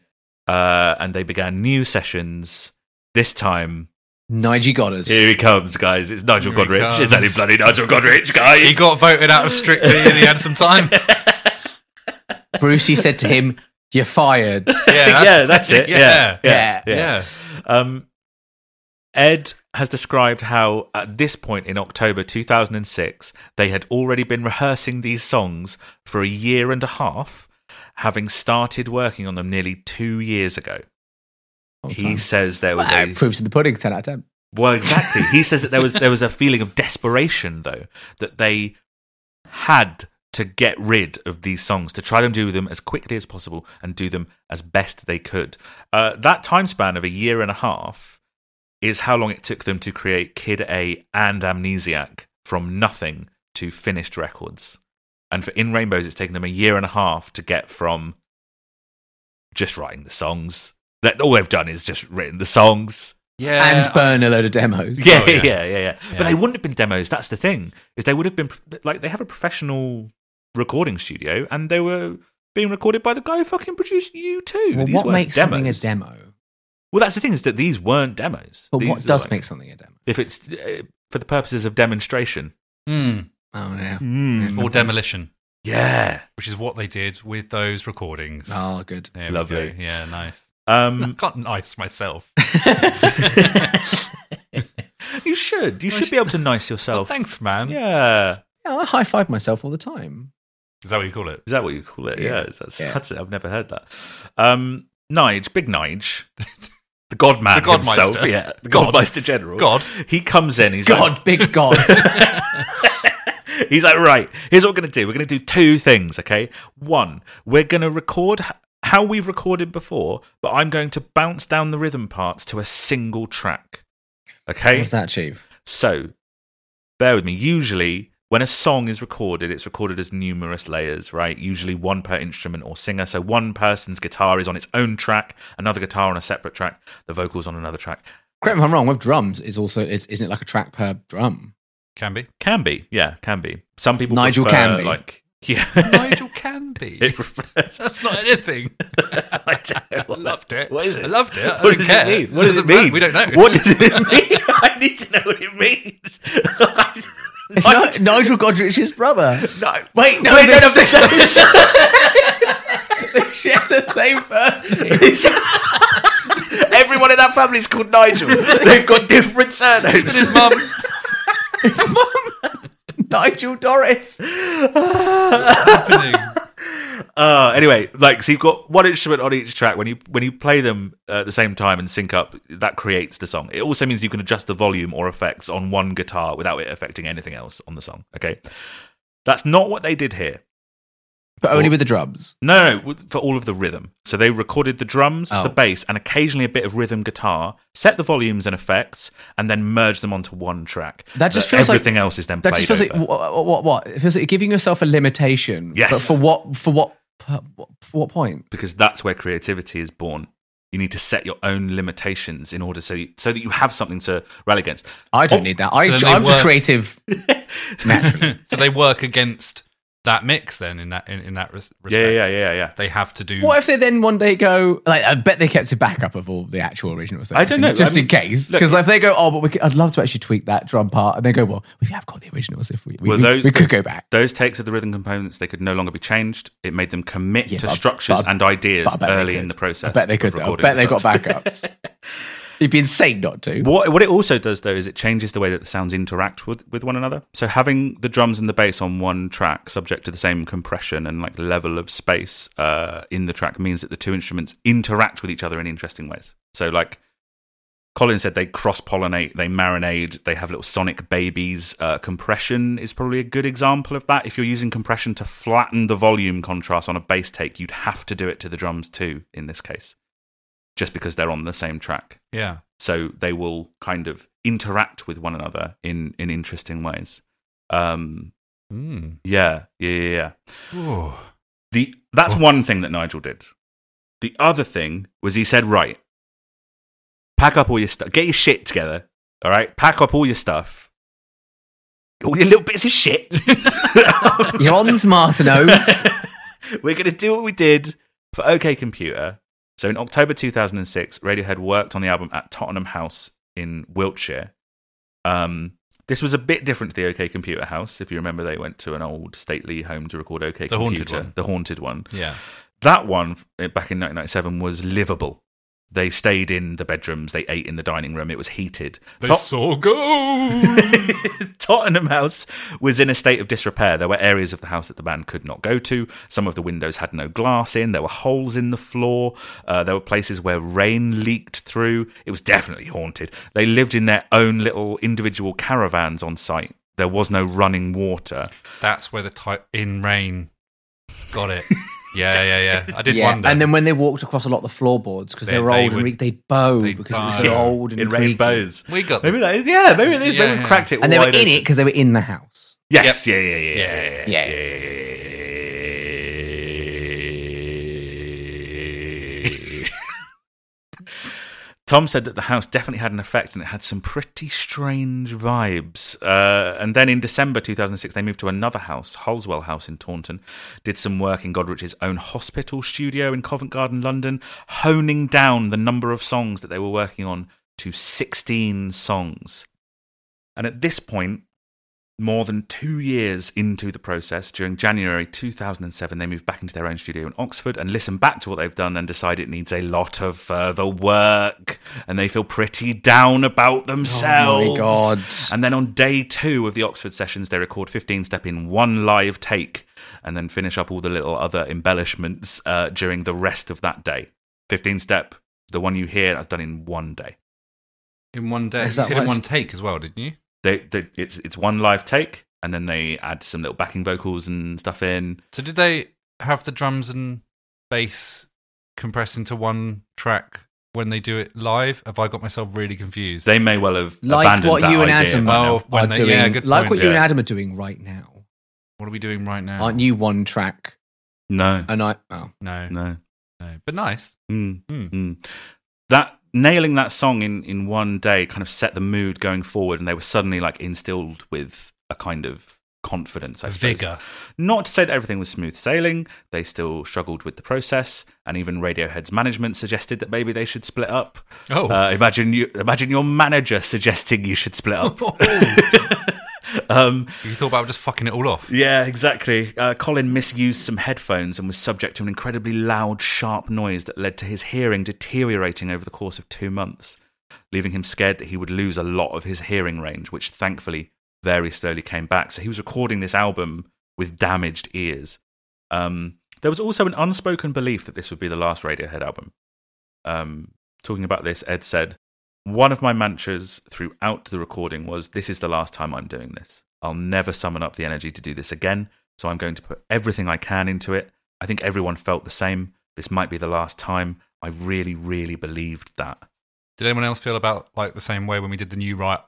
S1: uh, and they began new sessions. This time,
S3: Nigel Goddard's.
S1: here he comes, guys. It's Nigel
S2: Here he
S1: Godrich.
S2: comes.
S1: It's only bloody Nigel Godrich, guys.
S2: He got voted out of Strictly and he had
S1: [LAUGHS]
S2: some time. Yeah,
S3: [LAUGHS] Brucey said to him, You're fired.
S2: that's,
S1: yeah, that's
S2: [LAUGHS]
S1: it. Yeah,
S3: Yeah.
S2: yeah. yeah.
S1: Um, Ed has described how, at this point in October 2006, they had already been rehearsing these songs for a year and a half, having started working on them nearly two years ago. He says there was a
S3: That proves in the pudding, 10 out Uh, of 10.
S1: well, exactly. he says that there was there was a feeling of desperation though that they had to get rid of these songs to try and do them as quickly as possible and do them as best they could. Uh, that time span of a year and a half is how long it took them to create Kid A and Amnesiac from nothing to finished records. And for In Rainbows, it's taken them a year and a half to get from just writing the songs. That all they've done is just written the songs
S2: Yeah,
S3: and burn a load of demos.
S1: yeah,
S2: Oh, yeah.
S1: yeah. yeah, yeah, But
S2: Yeah.
S1: they wouldn't have been demos. That's the thing is they would have been like they have a professional recording studio and they were being recorded by the guy who fucking produced you too.
S3: Well,
S1: These
S3: what
S1: weren't
S3: makes something a
S1: demos.
S3: demo?
S1: Well, that's the thing is that these weren't demos.
S3: But
S1: These
S3: what
S1: are
S3: does
S1: like-
S3: make something a demo?
S1: if it's uh, for the purposes of demonstration?
S2: Mm,
S3: Oh, yeah.
S1: Hmm. Mm.
S2: or demolition,
S1: Yeah,
S2: which is what they did with those recordings.
S3: Oh, good.
S2: There we
S1: Lovely.
S2: go. Yeah, nice. [LAUGHS] I
S1: um,
S2: got nice myself.
S1: you should. You should be able to nice [LAUGHS] yourself.
S2: Thanks, man.
S1: Yeah,
S3: Yeah, I high five myself all the time.
S2: Is that what you call it?
S1: is that what you call it?
S3: Yeah.
S1: Yeah, that's,
S3: Yeah.
S1: that's it. I've never heard that. Um, Nige, big Nige, [LAUGHS] the God Man
S2: The God
S1: himself.
S2: Meister.
S1: Yeah, the God,
S2: God.
S1: Meister General.
S2: God.
S1: He comes in. He's
S3: God, big God.
S1: Like, [LAUGHS] he's like, right. Here's what we're gonna do. We're gonna do two things. Okay. One, we're gonna record h- how we've recorded before, but I'm going to bounce down the rhythm parts to a single track. Okay.
S3: What's that, Chief?
S1: So, bear with me. Usually, when a song is recorded, it's recorded as numerous layers, right? Usually one per instrument or singer. So, one person's guitar is on its own track, another guitar on a separate track, the vocals on another track.
S3: Correct me if I'm wrong. With drums, is also is, isn't it like a track per drum?
S1: [LAUGHS]
S2: Can be.
S1: Can be, yeah, can be. Some people
S3: Nigel
S1: prefer,
S3: can be.
S1: like, [LAUGHS] yeah.
S2: Nigel can be.
S1: [LAUGHS] It refers-
S2: That's not anything.
S1: I don't
S2: [LAUGHS]
S1: know
S2: I
S1: what
S2: loved
S1: that-
S2: it.
S1: What is it?
S2: I loved it. I
S1: what
S2: don't
S1: does
S2: care.
S1: it mean? What does it
S2: Doesn't matter.
S1: mean?
S2: We don't know.
S1: What does
S2: [LAUGHS]
S1: it mean? [LAUGHS] I need to know what it means. [LAUGHS]
S3: It's Ni- Nigel Godrich's brother.
S1: no,
S3: Wait, no,
S1: Wait,
S3: they-
S1: no, no, [LAUGHS] no, no.
S3: They share the same first name.
S1: Everyone in that family is called [LAUGHS] Nigel. They've got different surnames.
S2: His mum.
S3: [LAUGHS] Nigel
S1: [LAUGHS]
S3: Doris.
S2: Happening.
S1: Uh, anyway, like so, you've got one instrument on each track. When you when you play them uh, at the same time and sync up, that creates the song. It also means you can adjust the volume or effects on one guitar without it affecting anything else on the song. Okay, that's not what they did here.
S3: But only with the drums.
S1: No, no, no, with- for all of the rhythm. So they recorded the drums,
S3: Oh.
S1: the bass, and occasionally a bit of rhythm guitar. Set the volumes and effects, and then merge them onto one track.
S3: That just feels like-
S1: everything else is then
S3: That
S1: played
S3: just feels
S1: over.
S3: like what, what, what? It feels like giving yourself a limitation.
S1: Yes.
S3: But for what? For what? per- what- For what point?
S1: because that's where creativity is born. You need to set your own limitations in order so so that you have something to rally against.
S3: I don't
S1: Oh,
S3: need that. I,
S2: so then they
S3: I'm just
S1: [LAUGHS]
S2: were-
S3: creative. naturally.
S2: so they work against that mix then in that in, in that res- respect.
S1: Yeah, yeah, yeah, yeah.
S2: They have to do.
S3: What if they then one day go? Like, I bet they kept a backup of all the actual original stuff.
S1: I don't know.
S3: just
S1: I mean,
S3: in case.
S1: look-
S3: Because if they go, oh, but we could, I'd love to actually tweak that drum part, and they go, well, we have got the originals. If we we,
S1: Well,
S3: we-
S1: those-
S3: we could go back.
S1: Those takes of the rhythm components they could no longer be changed. It made them commit
S3: Yeah,
S1: to
S3: but I-
S1: structures
S3: but I-
S1: and ideas
S3: but I bet they
S1: early
S3: could.
S1: in the process.
S3: I bet they
S1: of
S3: could. Though. I
S1: recording
S3: bet they got
S1: themselves. [LAUGHS]
S3: backups. You'd be insane not to.
S1: What what it also does though is it changes the way that the sounds interact with, with one another. So having the drums and the bass on one track, subject to the same compression and like level of space uh, in the track, means that the two instruments interact with each other in interesting ways. So like Colin said, they cross pollinate, they marinade, they have little sonic babies. Uh, compression is probably a good example of that. If you're using compression to flatten the volume contrast on a bass take, you'd have to do it to the drums too. In this case, just because they're on the same track.
S2: Yeah.
S1: So they will kind of interact with one another in in interesting ways. Um,
S2: Mm.
S1: yeah, yeah, yeah. yeah.
S2: Ooh.
S1: The that's one thing that Nigel did. The other thing was he said, "Right, pack up all your stuff, get your shit together. All right, pack up all your stuff, all your little bits of shit.
S3: You're on
S1: [LAUGHS]
S3: Martinos.
S1: We're going to do what we did for OK Computer." So in October 2006, Radiohead worked on the album at Tottenham House in Wiltshire. Um, this was a bit different to the OK Computer house. If you remember, they went to an old stately home to record OK
S2: The haunted
S1: Computer,
S2: one.
S1: the haunted one.
S2: Yeah.
S1: That one eh, back in 1997 was livable. They stayed in the bedrooms, they ate in the dining room, it was heated.
S2: They
S1: Tot-
S2: saw go.
S1: [LAUGHS] Tottenham House was in a state of disrepair. There were areas of the house that the band could not go to. Some of the windows had no glass in. There were holes in the floor. Uh, there were places where rain leaked through. It was definitely haunted. They lived in their own little individual caravans on site. There was no running water.
S2: [LAUGHS] That's where the type in rain got it. Yeah, yeah, yeah. I did
S3: yeah.
S2: wonder.
S3: And then when they walked across a lot of the floorboards because they,
S2: They-
S3: were
S2: they
S3: old
S2: would-
S3: and weak, they'd bow
S2: they'd
S3: because it was
S2: bow.
S3: so old and
S1: in
S3: creaky.
S1: rainbows.
S2: we got
S1: Maybe
S2: the,
S1: that is, yeah, maybe it is.
S2: Yeah,
S1: maybe we've
S2: yeah.
S1: cracked it.
S3: And they were
S1: wide
S3: in
S1: open.
S3: it because they were in the house.
S1: Yes, yeah, yeah, yeah, yeah,
S2: yeah,
S3: Yeah.
S1: Tom said that the house definitely had an effect and it had some pretty strange vibes. Uh, and then in December 2006, they moved to another house, Holswell House in Taunton, did some work in Godrich's own hospital studio in Covent Garden, London, honing down the number of songs that they were working on to 16 songs. And at this point, more than two years into the process, during January 2007, they moved back into their own studio in Oxford and listened back to what they've done and decide it needs a lot of further work. And they feel pretty down about themselves.
S3: God.
S1: And then on day two of the Oxford sessions, they record 15 Step in one live take and then finish up all the little other embellishments uh, during the rest of that day. 15 Step, the one you hear, that's done in one day.
S2: in one day.
S3: Is
S2: you
S3: that
S2: did
S3: what
S2: in one
S3: it's-
S2: take as well, didn't you?
S1: they, they it's it's one live take and then they add some little backing vocals and stuff in
S2: So did they have the drums and bass compressed into one track when they do it live? Have I got myself really confused?
S1: they may well have
S3: Like
S1: abandoned
S3: what
S1: that
S3: you and
S1: idea
S3: Adam
S1: by now.
S2: Oh, when
S3: are
S2: they-
S3: doing.
S2: yeah, good
S3: like
S2: point,
S3: what you and
S1: yeah.
S3: Adam are doing right now.
S2: what are we doing right now?
S3: Aren't you one track?
S1: no
S3: And I. Oh.
S2: No, no,
S1: no
S2: But nice.
S1: Mm,
S2: Mm.
S1: mm. that nailing that song in in one day kind of set the mood going forward and they were suddenly like instilled with a kind of confidence i suppose
S2: Vigor.
S1: Not to say that everything was smooth sailing, they still struggled with the process, and even Radiohead's management suggested that maybe they should split up.
S2: Oh.
S1: Uh, imagine you imagine your manager suggesting you should split
S2: [LAUGHS]
S1: up. Oh. [LAUGHS] um,
S2: You thought about just fucking it all off.
S1: yeah, exactly. Uh, Colin misused some headphones and was subject to an incredibly loud, sharp noise that led to his hearing deteriorating over the course of two months, leaving him scared that he would lose a lot of his hearing range, which thankfully very slowly came back. So he was recording this album with damaged ears. Um, there was also an unspoken belief that this would be the last Radiohead album. Um, talking about this, Ed said, one of my mantras throughout the recording was this is the last time I'm doing this. I'll never summon up the energy to do this again, so I'm going to put everything I can into it. I think everyone felt the same. This might be the last time. I really, really believed that.
S2: Did anyone else feel about like the same way when we did the new riot,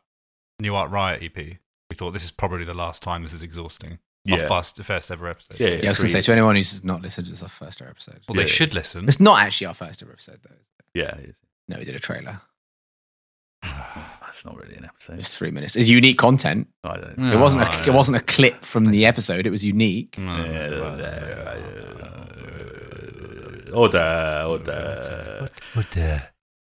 S2: new art riot EP? We thought this is probably the last time. This is exhausting. Our
S1: Yeah.
S2: first, the first ever episode.
S3: Yeah, I was going to say to anyone who's not listened, it's our first ever episode.
S2: Well, they
S1: Yeah.
S2: should listen.
S3: It's not actually our first ever episode though.
S1: Yeah, it is.
S3: No, we did a trailer.
S1: that's not really an episode.
S3: It's three minutes. It's unique content.
S1: I don't
S2: No.
S3: It wasn't.
S2: Oh,
S3: A, it wasn't a clip from the episode. It was unique.
S2: Mm,
S1: Mm. Order, order.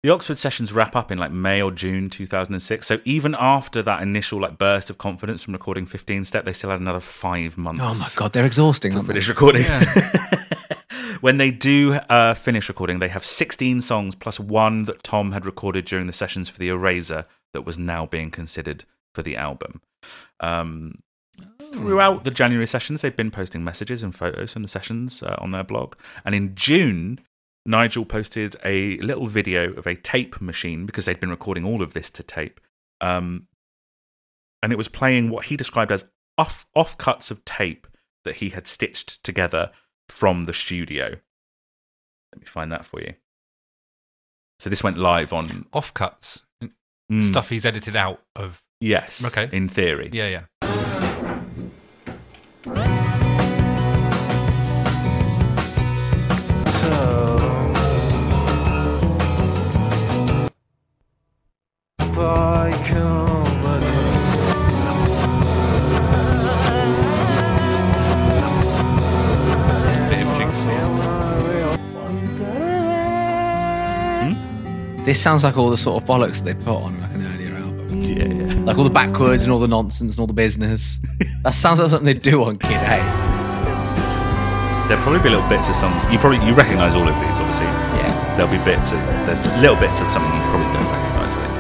S1: The Oxford sessions wrap up in like May or June 2006. So even after that initial like burst of confidence from recording 15 Step, they still had another five months.
S3: Oh my god, they're exhausting.
S1: To
S3: aren't they?
S1: finish recording. [LAUGHS] when they do uh, finish recording, they have 16 songs plus one that Tom had recorded during the sessions for the Eraser that was now being considered for the album. Um, Throughout the January sessions, they've been posting messages and photos from the sessions uh, on their blog. And in June, Nigel posted a little video of a tape machine because they'd been recording all of this to tape. Um, and it was playing what he described as off off cuts of tape that he had stitched together from the studio. Let me find that for you. So this went live on
S2: Offcuts,
S1: Mm,
S2: stuff he's edited out of.
S1: Yes.
S2: Okay.
S1: In theory.
S2: Yeah, yeah. Bit of jigsaw.
S3: This sounds like all the sort of bollocks they'd put on like an earlier album.
S1: Yeah. yeah.
S3: Like all the backwards and all the nonsense and all the business. [LAUGHS] that sounds like something they'd do on Kid A.
S1: There'll probably be little bits of songs. You probably you recognise all of these, obviously.
S3: Yeah.
S1: There'll be bits of there's little bits of something you probably don't recognise. I think.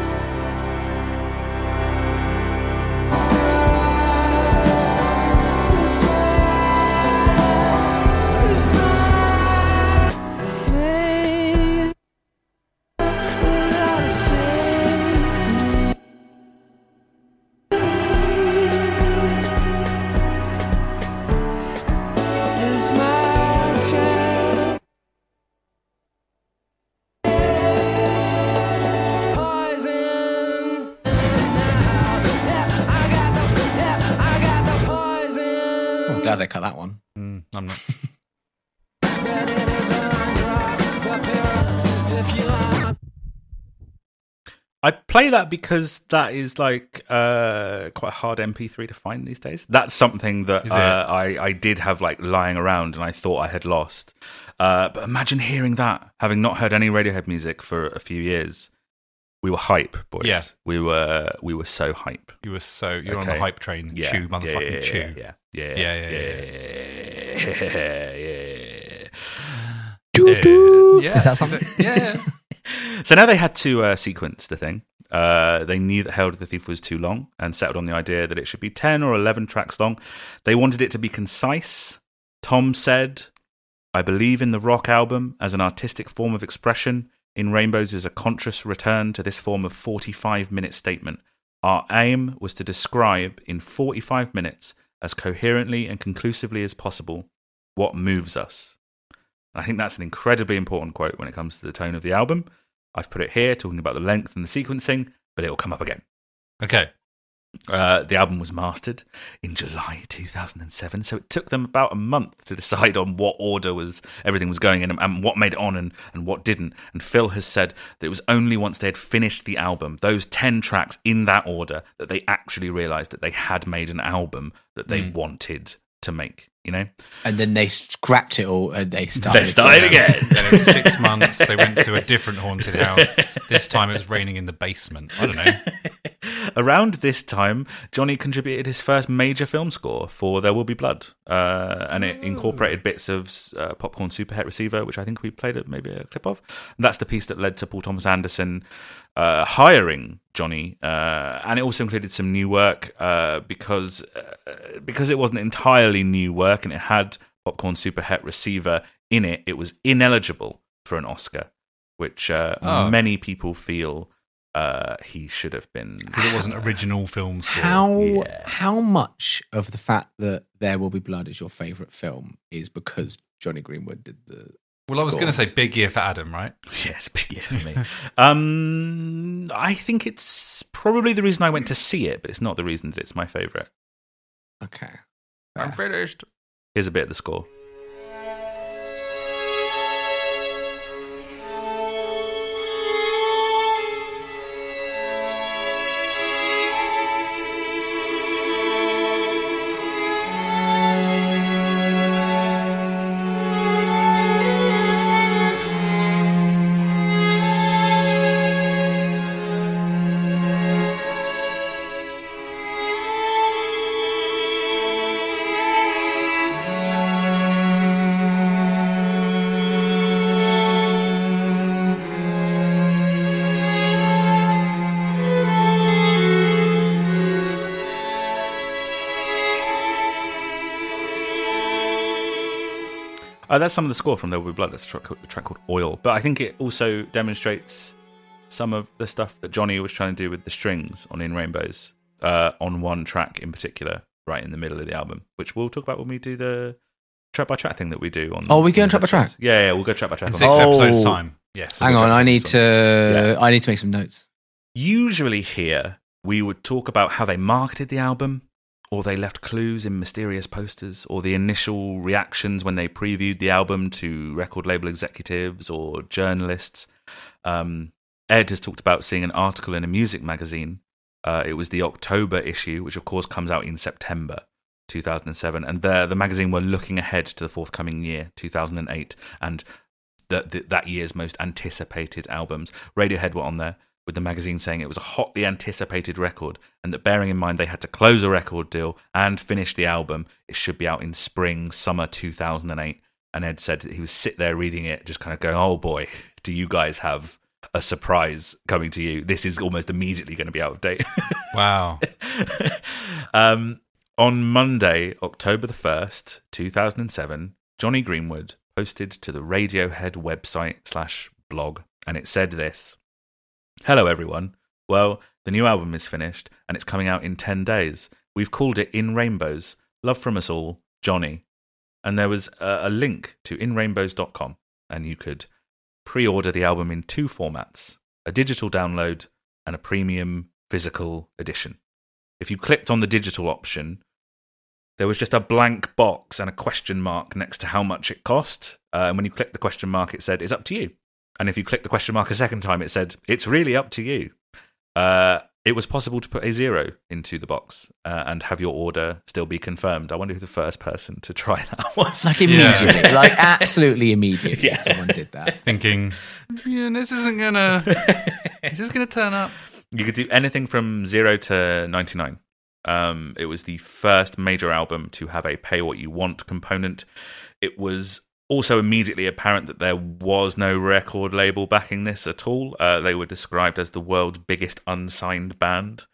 S3: Oh, I'm glad they cut that one.
S2: Mm, I'm not.
S1: I play that because that is like uh, quite a hard MP3 to find these days. That's something that
S2: Is
S1: uh,
S2: it?
S1: I, I did have like lying around and I thought I had lost. Uh, but imagine hearing that, having not heard any Radiohead music for a few years. We were hype, boys.
S2: Yeah.
S1: We were we were so hype.
S2: You were so you're on
S1: Okay.
S2: the hype train.
S1: Yeah.
S2: Chew, motherfucking
S1: yeah, yeah,
S2: chew.
S1: Yeah. Yeah. yeah,
S2: Yeah, yeah,
S1: yeah,
S2: Uh, yeah,
S3: Is that something?
S2: Yeah,
S3: [LAUGHS]
S2: yeah.
S1: yeah. So now they had to uh, sequence the thing. Uh, they knew that Herald of the Thief was too long and settled on the idea that it should be 10 or 11 tracks long. They wanted it to be concise. Tom said, I believe in the rock album as an artistic form of expression. In Rainbows is a conscious return to this form of 45 minute statement. Our aim was to describe in 45 minutes, as coherently and conclusively as possible, what moves us. I think that's an incredibly important quote when it comes to the tone of the album. I've put it here talking about the length and the sequencing, but it will come up again.
S2: Okay.
S1: Uh, the album was mastered in July 2007, so it took them about a month to decide on what order was everything was going in and, and what made it on and, and what didn't. And Phil has said that it was only once they had finished the album, those 10 tracks in that order, that they actually realized that they had made an album that they wanted to make, you know?
S3: And then they scrapped it all and they started.
S1: They started
S3: again.
S2: [LAUGHS]
S1: again.
S2: Then it was six months. They went to
S3: [LAUGHS]
S2: a different haunted house. This time it was raining in the basement. I don't know.
S1: Around this time, Johnny contributed his first major film score for There Will Be Blood, uh, and it incorporated bits of uh, Popcorn Superhit Receiver, which I think we played a, maybe a clip of. And that's the piece that led to Paul Thomas Anderson uh, hiring Johnny, uh, and it also included some new work uh, because uh, because it wasn't entirely new work and it had Popcorn Superhit Receiver in it. It was ineligible for an Oscar, which uh,
S2: Oh.
S1: many people feel. Uh, he should have been
S2: Because it wasn't original film score.
S3: How
S1: Yeah.
S3: how much of the fact that There Will Be Blood is your favorite film is because Johnny Greenwood did the
S2: Well, I was
S3: score?
S2: going to say big year for Adam, right?
S1: [LAUGHS] Yes, big year for me. um, I think it's probably the reason I went to see it, but it's not the reason that it's my favourite.
S3: okay.
S2: I'm finished.
S1: Here's a bit of the score. Uh, that's some of the score from There Will Be Blood. That's a track, a track called Oil. But I think it also demonstrates some of the stuff that Johnny was trying to do with the strings on In Rainbows, uh, on one track in particular, right in the middle of the album, which we'll talk about when we do the track by track thing that we do on.
S3: Oh, we going track by
S1: episodes.
S3: track?
S1: Yeah, yeah, we'll go track by track.
S2: In
S1: on
S2: six
S3: Oh.
S2: episodes' time. Yes.
S3: Hang on, I need
S2: Some-
S3: to I need to make some notes.
S1: Usually, here we would talk about how they marketed the album, or they left clues in mysterious posters, or the initial reactions when they previewed the album to record label executives or journalists. Um, Ed has talked about seeing an article in a music magazine. Uh, it was the October issue, which of course comes out in September 2007, and the the magazine were looking ahead to the forthcoming year 2008 and the, the, that year's most anticipated albums. Radiohead were on there with the magazine saying it was a hotly anticipated record, and that bearing in mind they had to close a record deal and finish the album, it should be out in spring summer 2008. And Ed said he was sit there reading it, just kind of going, "Oh boy, do you guys have?" A surprise coming to you. This is almost immediately going to be out of date.
S2: Wow.
S1: um, on Monday, October the 1st, 2007, Johnny Greenwood posted to the Radiohead website slash blog, and it said this Hello, everyone. Well, the new album is finished, and it's coming out in 10 days. We've called it In Rainbows. Love from us all, Johnny. And there was a, a link to inrainbows.com, and you could pre order the album in two formats a digital download and a premium physical edition if you clicked on the digital option, there was just a blank box and a question mark next to how much it cost. Uh, and when you clicked the question mark, it said, It's up to you. And if you clicked the question mark a second time, it said, It's really up to you. Uh, it was possible to put a zero into the box uh, and have your order still be confirmed. I wonder who the first person to try [LAUGHS] that was.
S3: Like immediately, like absolutely immediately, someone did that.
S2: Thinking, yeah, this isn't
S3: [LAUGHS]
S2: gonna. Is this gonna turn up?
S1: you could do anything from zero to 99. Um, it was the first major album to have a pay what you want component. It was also immediately apparent that there was no record label backing this at all. Uh, they were described as the world's biggest unsigned band.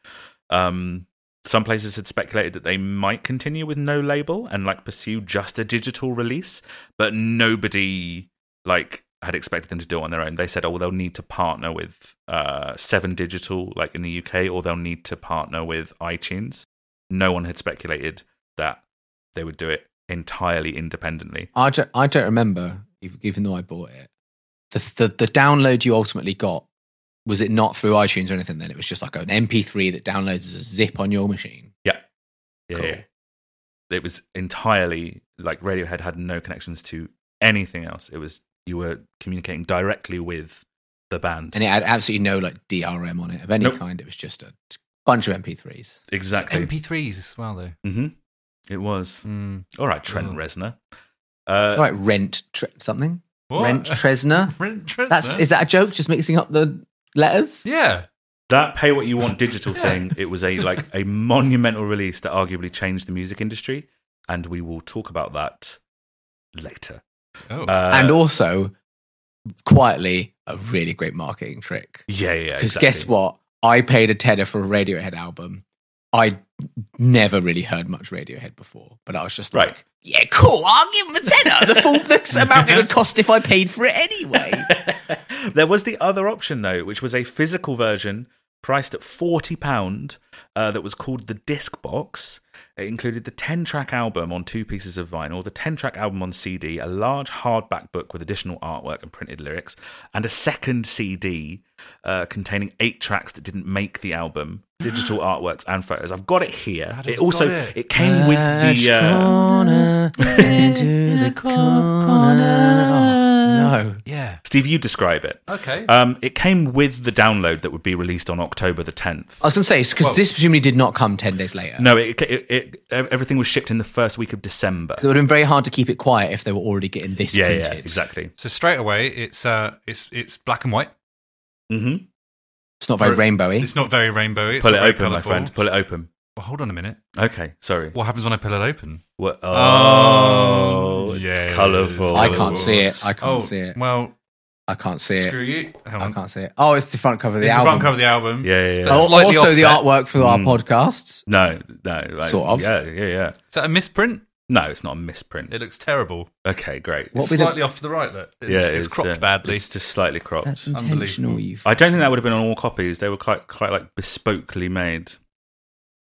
S1: Um, some places had speculated that they might continue with no label and like pursue just a digital release, but nobody like had expected them to do it on their own. They said, "Oh, well, they'll need to partner with uh, Seven Digital, like in the UK, or they'll need to partner with iTunes." No one had speculated that they would do it entirely independently.
S3: I don't, I don't remember, ev- even though I bought it. The, the the download you ultimately got was it not through iTunes or anything? Then it was just like an MP3 that downloads as a zip on your machine.
S1: Yeah,
S3: Cool.
S1: yeah. it was entirely like Radiohead had no connections to anything else. It was you were communicating directly with the band.
S3: and it had absolutely no like DRM on it of any
S1: Nope.
S3: kind. It was just a t- bunch of MP3s.
S1: exactly.
S2: MP3s as well, though.
S1: hmm It was
S2: Mm.
S1: all right, Trent
S2: Oh.
S1: Reznor. Uh,
S3: All right, Rent tre- something.
S2: What? [LAUGHS]
S3: Rent Tresner.
S2: Rent Tresna?
S3: That's is that a joke? Just mixing up the letters.
S2: yeah.
S1: that pay what you want digital
S2: Yeah.
S1: thing it was a like a monumental release that arguably changed the music industry and we will talk about that later
S2: Oh.
S1: Uh,
S3: and also, quietly, a really great marketing trick.
S1: yeah yeah
S3: Because
S1: exactly.
S3: guess what? I paid a tenner for a Radiohead album. I never really heard much Radiohead before, but I was just like,
S1: Right.
S3: yeah, cool. I'll give him a tenner. The
S1: [LAUGHS]
S3: full this amount it would cost if I paid for it anyway.
S1: there was the other option though which was a physical version priced at 40 pound uh, that was called the disc box it included the 10 track album on two pieces of vinyl the 10 track album on cd a large hardback book with additional artwork and printed lyrics and a second cd uh, containing eight tracks that didn't make the album
S2: [GASPS]
S1: digital artworks and photos i've got it here
S2: Adam's
S1: it also
S2: got it.
S1: it came [LAUGHS] with the uh,
S3: corner into [LAUGHS] the corner. Oh, no.
S2: yeah.
S1: steve you describe it
S2: Okay.
S3: uh,
S1: um, it came with the download that would be released on october the 10th
S3: I was going to say because this presumably did not come ten days later.
S1: No, it, it, it everything was shipped in the first week of December.
S3: It would have been very hard to keep it quiet if they were already getting this
S1: Yeah,
S3: printed.
S1: yeah, exactly.
S2: so straight away, it's uh, it's it's black and white.
S1: Mm-hmm.
S3: It's not very
S2: For-
S3: rainbowy.
S2: It's not very rainbowy. It's
S1: Pull it
S2: not very
S1: open, my
S2: colourful.
S1: friend. Pull it open.
S2: Well, hold on a minute.
S1: Okay, sorry.
S2: What happens when I pull it open?
S1: What?
S2: Oh,
S1: Oh, it's
S2: yes.
S1: colourful.
S3: I can't see it. I
S2: oh,
S3: can't see it.
S2: well,
S3: I can't see it.
S2: screw you. Hang
S3: I
S2: on.
S3: can't see it. Oh, it's the front cover of the
S2: It's the
S3: album.
S2: front cover of the album.
S1: Yeah, yeah, yeah.
S2: That's
S3: Al-
S2: slightly
S3: also, the
S2: offset.
S3: artwork for our
S1: Mm.
S3: podcasts.
S1: No, no. like-
S3: Sort of.
S1: Yeah, yeah, yeah.
S2: Is that a misprint?
S1: No, it's not a misprint.
S2: It looks terrible.
S1: Okay, great.
S3: What
S2: It's
S3: with the-
S2: slightly off to the right. Look. It's,
S1: yeah,
S2: it's, cropped
S1: uh,
S2: badly.
S1: It's just slightly cropped.
S3: That's
S2: Unbelievable.
S3: intentional. You.
S1: I don't think that would have been on all copies. They were quite, quite like bespokely made.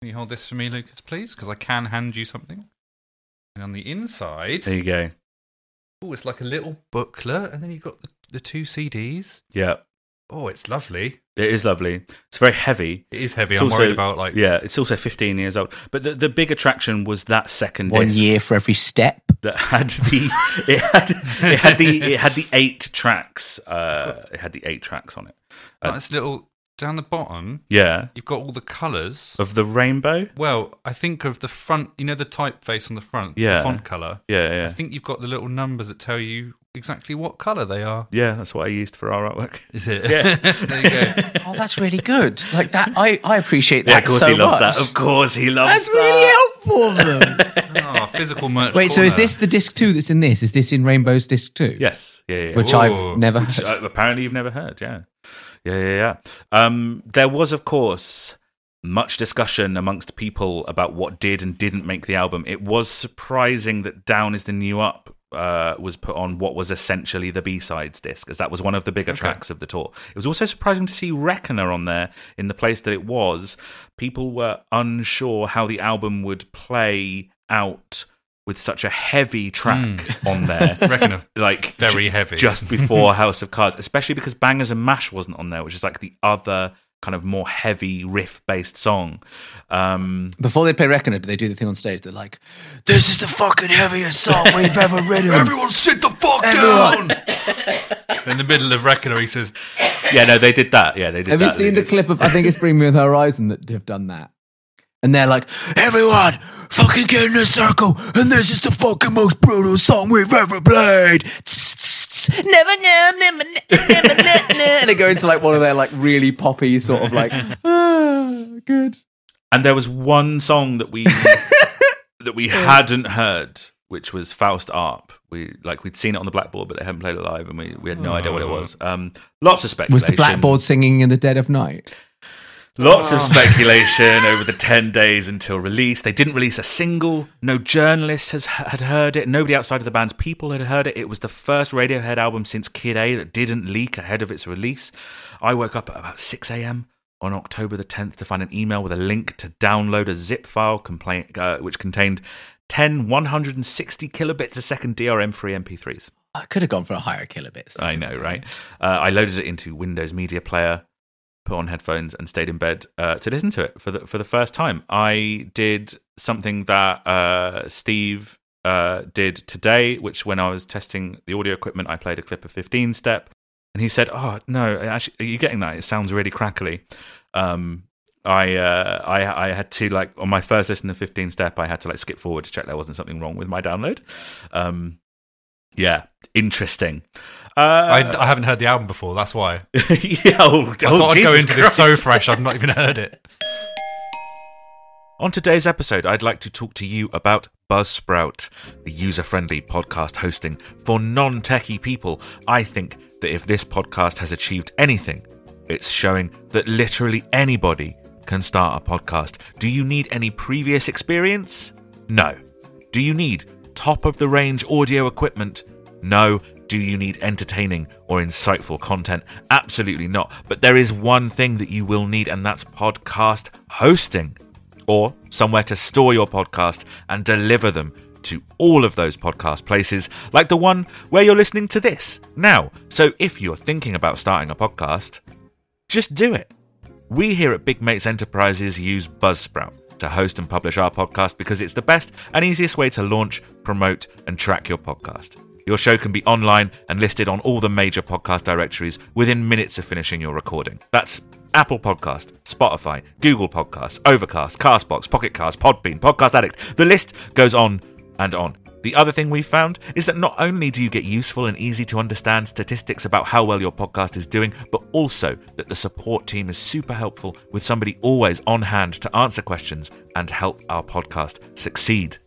S2: Can you hold this for me, Lucas, please? Because I can hand you something. And on the inside,
S1: There you go.
S2: oh, it's like a little booklet, and then you've got the, the two CDs.
S1: Yeah,
S2: Oh, it's lovely.
S1: it is lovely. It's very heavy.
S2: It is heavy.
S1: It's
S2: I'm
S1: also-
S2: worried about like
S1: Yeah, it's also 15 years old. But the, the big attraction was that second
S3: One
S1: disc
S3: year for every step.
S1: that had the [LAUGHS] it had it had the it had the eight tracks. Uh, it had the eight tracks on it.
S2: oh, this little down the bottom.
S1: Yeah,
S2: You've got all the colours.
S1: of the rainbow.
S2: Well, I think of the front. You know the typeface on the front.
S1: Yeah.
S2: The font colour.
S1: Yeah,
S2: I
S1: yeah,
S2: think you've got the little numbers that tell you exactly what colour they are.
S1: yeah. That's what I used for our artwork.
S2: Is it? Yeah. there you go.
S3: Oh, that's really good. Like that, I, I appreciate that
S1: yeah, of course
S3: so
S1: he loves
S3: much.
S1: that. Of course he loves
S3: That's
S1: that.
S3: really helpful of them.
S2: Ah, physical merch.
S3: Wait, so is
S2: corner.
S3: this the disc two that's in this? Is this in Rainbow's disc two?
S1: Yes. Yeah. yeah.
S3: Which
S2: Ooh.
S3: I've never heard.
S1: Uh, apparently, you've never heard. Yeah. Yeah. Yeah. Yeah. Um, there was, of course, much discussion amongst people about what did and didn't make the album. It was surprising that Down is the New Up. Uh, was put on what was essentially the B sides disc, as that was one of the bigger tracks of the tour. It was also surprising to see Reckoner on there in the place that it was. People were unsure how the album would play out with such a heavy track on there.
S2: Reckoner.
S1: [LAUGHS] like
S2: Very heavy.
S1: just
S2: [LAUGHS]
S1: before House of Cards, especially because Bangers and Mash wasn't on there, which is like the other kind of more heavy riff based song. Um,
S3: Before they play Reckoner, do they do the thing on stage? They're like, "This is the fucking heaviest song we've ever written."
S2: Everyone sit the fuck
S3: Everyone.
S2: down! In the middle of Reckoner, he says,
S1: yeah, no, they did that. Yeah, they did.
S3: Have you
S1: that. They
S3: seen the
S1: did-
S3: clip of? I [LAUGHS] think it's Bring Me the Horizon that have done that. And they're like, "Everyone, fucking get in a circle, and this is the fucking most brutal song we've ever played." [LAUGHS] Never, never, never, never, never, never. [LAUGHS] And they go into like one of their like really poppy sort of [LAUGHS] like, ah, good.
S1: And there was one song
S3: [LAUGHS]
S1: that we that we hadn't heard, which was Faust Arp. We like we'd seen it on the blackboard, but they hadn't played it live, and we, we had no idea what it
S2: Oh.
S1: was. Um, lots of speculation.
S3: Was the blackboard singing in the dead of night?
S1: Lots of speculation over the 10 days until release. They didn't release a single. No journalist has, had heard it. Nobody outside of the band's people had heard it. It was the first Radiohead album since Kid A that didn't leak ahead of its release. I woke up at about 6 a.m. on October the 10th to find an email with a link to download a zip file complaint, uh, which contained 10 160 kilobits a second DRM free MP3s.
S3: I could have gone for a higher kilobits.
S1: I know, right? Uh, I loaded it into Windows Media Player, put on headphones, and stayed in bed uh, to listen to it for the for the first time. I did something that uh, Steve uh, did today, which when I was testing the audio equipment, I played a clip of 15 step, and he said, "Oh no, actually, are you getting that? It sounds really crackly." Um, I, uh, I I had to like on my first listen to 15 step, I had to like skip forward to check there wasn't something wrong with my download. Um, yeah, interesting. Uh,
S2: I, I haven't heard the album before, that's why. I
S1: [LAUGHS] yeah, oh, oh,
S2: thought I'd go
S1: Jesus
S2: into this so
S1: Christ.
S2: fresh, I've not even heard it.
S1: On today's episode, I'd like to talk to you about Buzzsprout, the user friendly podcast hosting for non techie people. I think that if this podcast has achieved anything, it's showing that literally anybody can start a podcast. Do you need any previous experience? No. Do you need top of the range audio equipment? No. Do you need entertaining or insightful content? Absolutely not. But there is one thing that you will need, and that's podcast hosting or somewhere to store your podcast and deliver them to all of those podcast places, like the one where you're listening to this now. So if you're thinking about starting a podcast, just do it. We here at Big Mates Enterprises use Buzzsprout to host and publish our podcast because it's the best and easiest way to launch, promote, and track your podcast. Your show can be online and listed on all the major podcast directories within minutes of finishing your recording. That's Apple Podcast, Spotify, Google Podcasts, Overcast, Castbox, Pocket Cast, Podbean, Podcast Addict. The list goes on and on. The other thing we've found is that not only do you get useful and easy to understand statistics about how well your podcast is doing, but also that the support team is super helpful with somebody always on hand to answer questions and help our podcast succeed.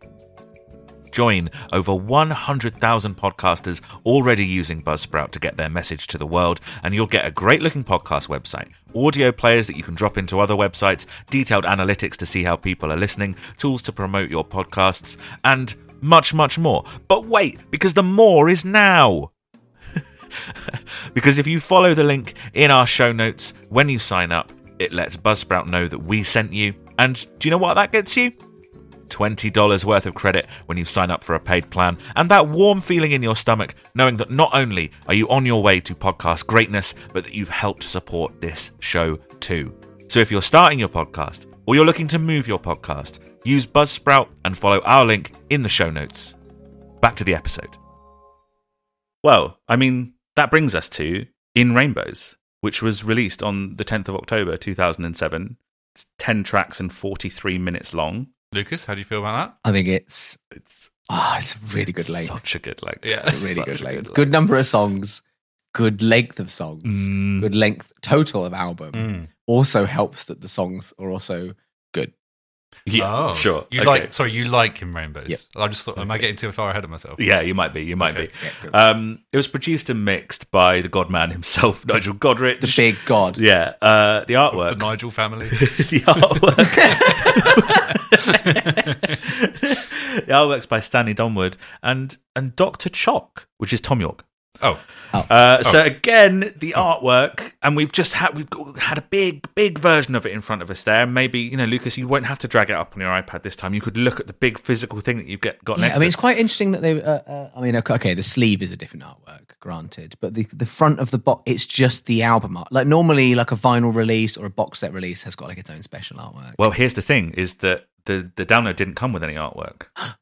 S1: Join over 100,000 podcasters already using Buzzsprout to get their message to the world, and you'll get a great looking podcast website, audio players that you can drop into other websites, detailed analytics to see how people are listening, tools to promote your podcasts, and much, much more. But wait, because the more is now! [LAUGHS] because if you follow the link in our show notes when you sign up, it lets Buzzsprout know that we sent you. And do you know what that gets you?
S4: $20 worth of credit when you sign up for a paid plan, and that warm feeling in your stomach knowing that not only are you on your way to podcast greatness, but that you've helped support this show too. So if you're starting your podcast or you're looking to move your podcast, use Buzzsprout and follow our link in the show notes. Back to the episode.
S1: Well, I mean, that brings us to In Rainbows, which was released on the 10th of October 2007. It's 10 tracks and 43 minutes long.
S2: Lucas, how do you feel about
S3: I think it's ah, it's a really good length.
S1: Such a good length.
S2: that? Yeah.
S3: Really
S1: such
S3: good
S1: a
S3: length.
S1: good
S3: Good, number of songs. Good length of songs.
S1: Mm.
S3: Good length total of album.
S2: Mm.
S3: Also helps that the songs are also good.
S1: Yeah,
S2: Oh.
S1: sure.
S2: You
S1: Okay.
S2: like? Sorry, you like in rainbows.
S3: Yep.
S2: I just thought, am I getting too far ahead of myself?
S1: Yeah, you might be. You might
S2: Okay.
S1: be.
S3: Yeah, good.
S1: Um, it was produced and mixed by the Godman himself, [LAUGHS] Nigel Godrich.
S3: the big god.
S1: yeah, uh, the [LAUGHS]
S2: The
S1: artwork.
S2: Nigel family.
S1: the artwork. [LAUGHS] the artwork's by Stanley Donwood and and Doctor Chalk, which is Tom York.
S2: oh,
S1: Uh, So again, the artwork, and we've just had we've got, had a big, big version of it in front of us there. Maybe you know, Lucas, you won't have to drag it up on your iPad this time. You could look at the big physical thing that you've get, got
S3: Yeah,
S1: next.
S3: I mean,
S1: to
S3: it's quite interesting that they. Uh, uh, I mean, okay, okay, the sleeve is a different artwork, granted, but the the front of the box, it's just the album art. Like normally, like a vinyl release or a box set release has got like its own special artwork.
S1: Well, here's the thing: is that the the download didn't come with any artwork. [GASPS]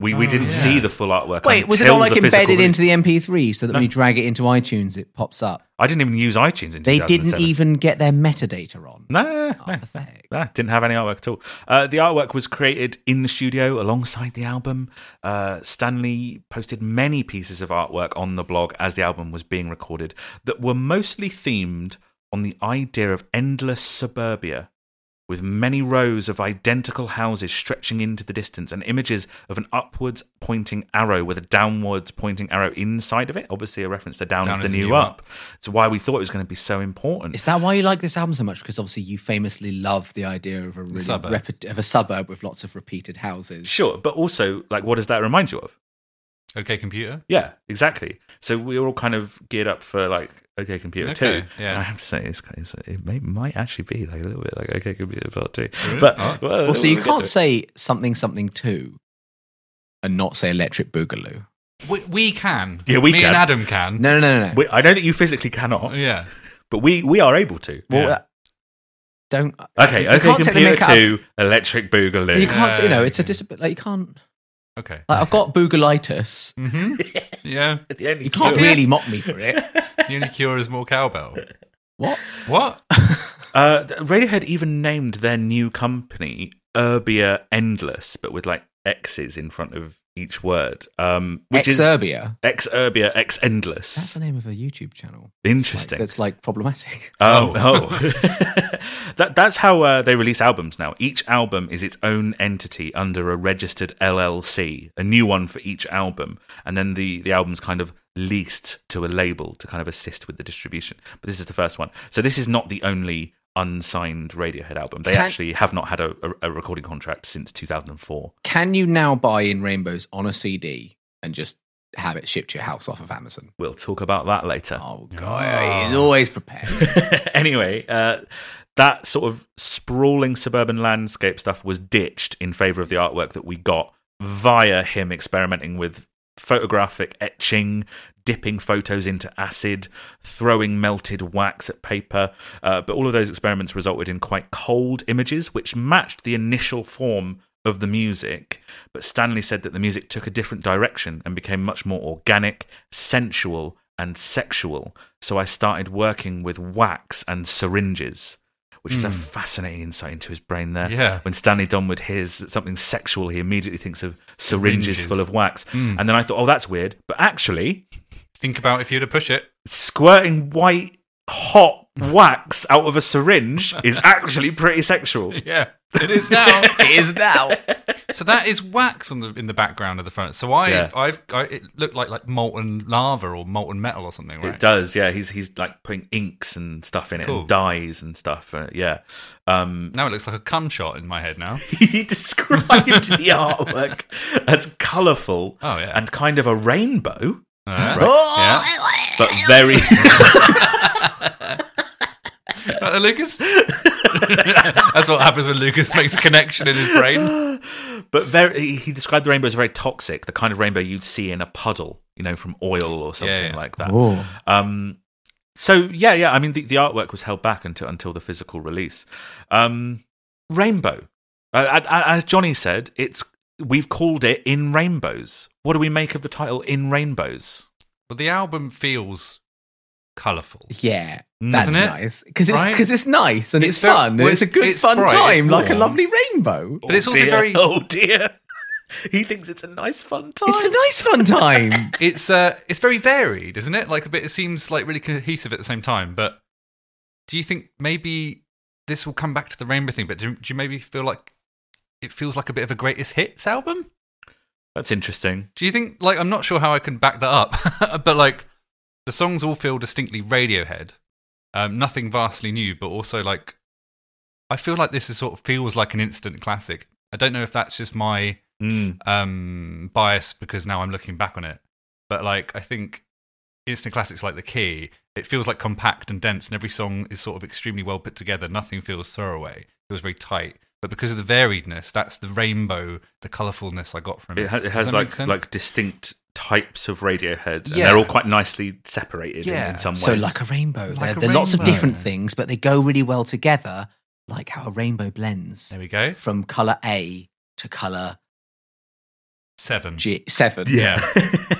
S1: We we
S2: Oh,
S1: didn't
S2: yeah.
S1: see the full artwork.
S3: Wait, was it
S1: until
S3: all like
S1: the physical
S3: embedded
S1: re-
S3: into the MP3 so that when you drag it into iTunes, it pops up?
S1: I didn't even use iTunes. In
S3: They didn't
S1: 2007.
S3: even get their metadata on.
S1: No, no, no,
S3: Oh,
S1: no.
S3: pathetic.
S1: Nah, Ah, didn't have any artwork at all. Uh, the artwork was created in the studio alongside the album. Uh, Stanley posted many pieces of artwork on the blog as the album was being recorded that were mostly themed on the idea of endless suburbia, with many rows of identical houses stretching into the distance and images of an upwards pointing arrow with a downwards pointing arrow inside of it. Obviously, a reference to down, is the new, up. It's why we thought it was going to be so important.
S3: Is that why you like this album so much? Because obviously you famously love the idea of a really
S2: Suburb.
S3: repet- of a suburb with lots of repeated houses.
S1: Sure, but also, like, what does that remind you of?
S2: okay, computer.
S1: Yeah, exactly. So we were all kind of geared up for like OK Computer
S2: Okay,
S1: Two.
S2: yeah.
S1: And I have to say, it's, it's, it may, might actually be like a little bit like OK Computer Part Two,
S2: Really?
S1: but
S2: Oh.
S1: well,
S3: Also,
S1: we'll
S3: you
S1: get
S3: can't
S1: to it.
S3: say something something two, and not say Electric Boogaloo.
S2: We, we can.
S1: Yeah, we
S2: Me
S1: can.
S2: and Adam can.
S3: No, no, no, no, no.
S1: We, I know that you physically cannot,
S2: Oh, Yeah.
S1: but we we are able to.
S3: Well,
S2: Yeah.
S3: uh, don't.
S1: Okay,
S3: you
S1: OK
S3: can't take the
S1: Computer
S3: make up.
S1: Two, Electric Boogaloo.
S3: You can't. You know, it's a
S2: Yeah.
S3: disability. Like, you can't.
S2: Okay.
S3: Like, I've got boogalitis.
S1: Mm.
S2: hmm yeah.
S1: the only
S3: You can't
S1: cure-
S3: really mock me
S1: [LAUGHS]
S3: for it.
S2: The only cure is more cowbell.
S3: What?
S2: What?
S3: [LAUGHS]
S1: Uh, Radiohead even named their new company Urbia Endless, but with like X's in front of each word, um, which is
S3: Exerbia.
S1: X Urbia X Endless.
S3: That's the name of a YouTube channel.
S1: Interesting.
S3: That's like, that's like problematic.
S1: Um,
S2: Oh.
S1: oh, [LAUGHS] that, that's how uh, they release albums now. Each album is its own entity under a registered LLC, a new one for each album, and then the the album's kind of leased to a label to kind of assist with the distribution. But this is the first one, so this is not the only unsigned Radiohead album. They
S3: Can-
S1: actually have not had a, a, a recording contract since 2004.
S3: Can you now buy in rainbows on a CD and just have it shipped to your house off of Amazon?
S1: We'll talk about that later.
S3: Oh god, he's always prepared.
S1: [LAUGHS] anyway, uh, that sort of sprawling suburban landscape stuff was ditched in favor of the artwork that we got via him experimenting with photographic etching, dipping photos into acid, throwing melted wax at paper. Uh, but all of those experiments resulted in quite cold images, which matched the initial form. Of the music, but Stanley said that the music took a different direction and became much more organic, sensual, and sexual, so I started working with wax and syringes, which is a fascinating insight into his brain there.
S2: Hmm. Yeah.
S1: When Stanley Donwood hears that something sexual, he immediately thinks of syringes,
S2: Syringes. Hmm.
S1: full of wax. And then I thought, oh, that's weird. But actually,
S2: Think about if you'd have pushed it.
S1: squirting white, hot wax out of a syringe
S2: [LAUGHS]
S1: is actually pretty sexual.
S2: Yeah. It
S1: [LAUGHS]
S2: is now. [LAUGHS]
S3: it is now.
S2: so that is wax on the in the background of the front. So I've,
S1: Yeah.
S2: I've, I, it looked like like molten lava or molten metal or something, right?
S1: It does, yeah. He's he's like putting inks and stuff in it,
S2: Cool.
S1: and dyes and stuff. Uh, yeah, um,
S2: Now it looks like a cum shot in my
S1: [LAUGHS]
S2: head now.
S1: he described
S2: [LAUGHS]
S1: the artwork as colourful
S2: Oh, yeah.
S1: and kind of a rainbow,
S2: Uh,
S3: Oh,
S1: but
S2: [LAUGHS]
S1: very. [LAUGHS]
S2: Uh, Lucas? That's what happens when Lucas makes a connection in his brain.
S1: But very, he- he described the rainbow as very toxic, the kind of rainbow you'd see in a puddle, you know, from oil or something
S2: yeah.
S1: like that.
S3: Oh.
S1: Um, so yeah, yeah. I mean, the, the artwork was held back until until the physical release. Um, rainbow, uh, a- a- as Johnny said, it's we've called it in rainbows. What do we make of the title in rainbows?
S2: But the album feels colourful.
S3: Yeah, that's
S2: Mm, Isn't it?
S3: nice because it's
S2: Right?
S3: because it's nice and it's,
S2: It's very-
S3: fun. and
S2: well,
S3: it's, a
S2: it's-
S3: good
S2: it's
S3: fun
S2: bright, it's
S3: time, like a
S2: warm.
S3: lovely rainbow.
S2: But it's also
S1: dear.
S2: very.
S1: [LAUGHS] oh dear. he thinks it's a nice fun time.
S3: It's a nice
S2: [LAUGHS]
S3: fun time.
S2: It's uh, it's very varied, isn't it? Like a bit. It seems like really cohesive at the same time. But do you think maybe this will come back to the rainbow thing? But do, do you maybe feel like it feels like a bit of a greatest hits album?
S1: That's interesting.
S2: Do you think? Like, I'm not sure how I can back that up. [LAUGHS] but like, the songs all feel distinctly Radiohead. Um, nothing vastly new, but also like, I feel like this is sort of feels like an instant classic. I don't know if that's just my
S1: Mm.
S2: um, bias because now I'm looking back on it. But like, I think instant classics like the key. It feels like compact and dense, and every song is sort of extremely well put together. Nothing feels throwaway. It feels very tight. But because of the variedness, that's the rainbow, the colourfulness I got from it.
S1: It, ha- it
S2: Does
S1: has
S2: that make
S1: like
S2: sense?
S1: like distinct types of Radiohead, and
S2: Yeah.
S1: they're all quite nicely separated in- in,
S2: Yeah.
S1: some ways.
S3: so like a rainbow,
S2: Like
S3: there,
S2: a
S3: there are lots of
S2: rainbow.
S3: different things, but they go really well together, like how a rainbow blends
S2: there we go.
S3: from color A to color
S2: Seven.
S3: G seven.
S1: Yeah.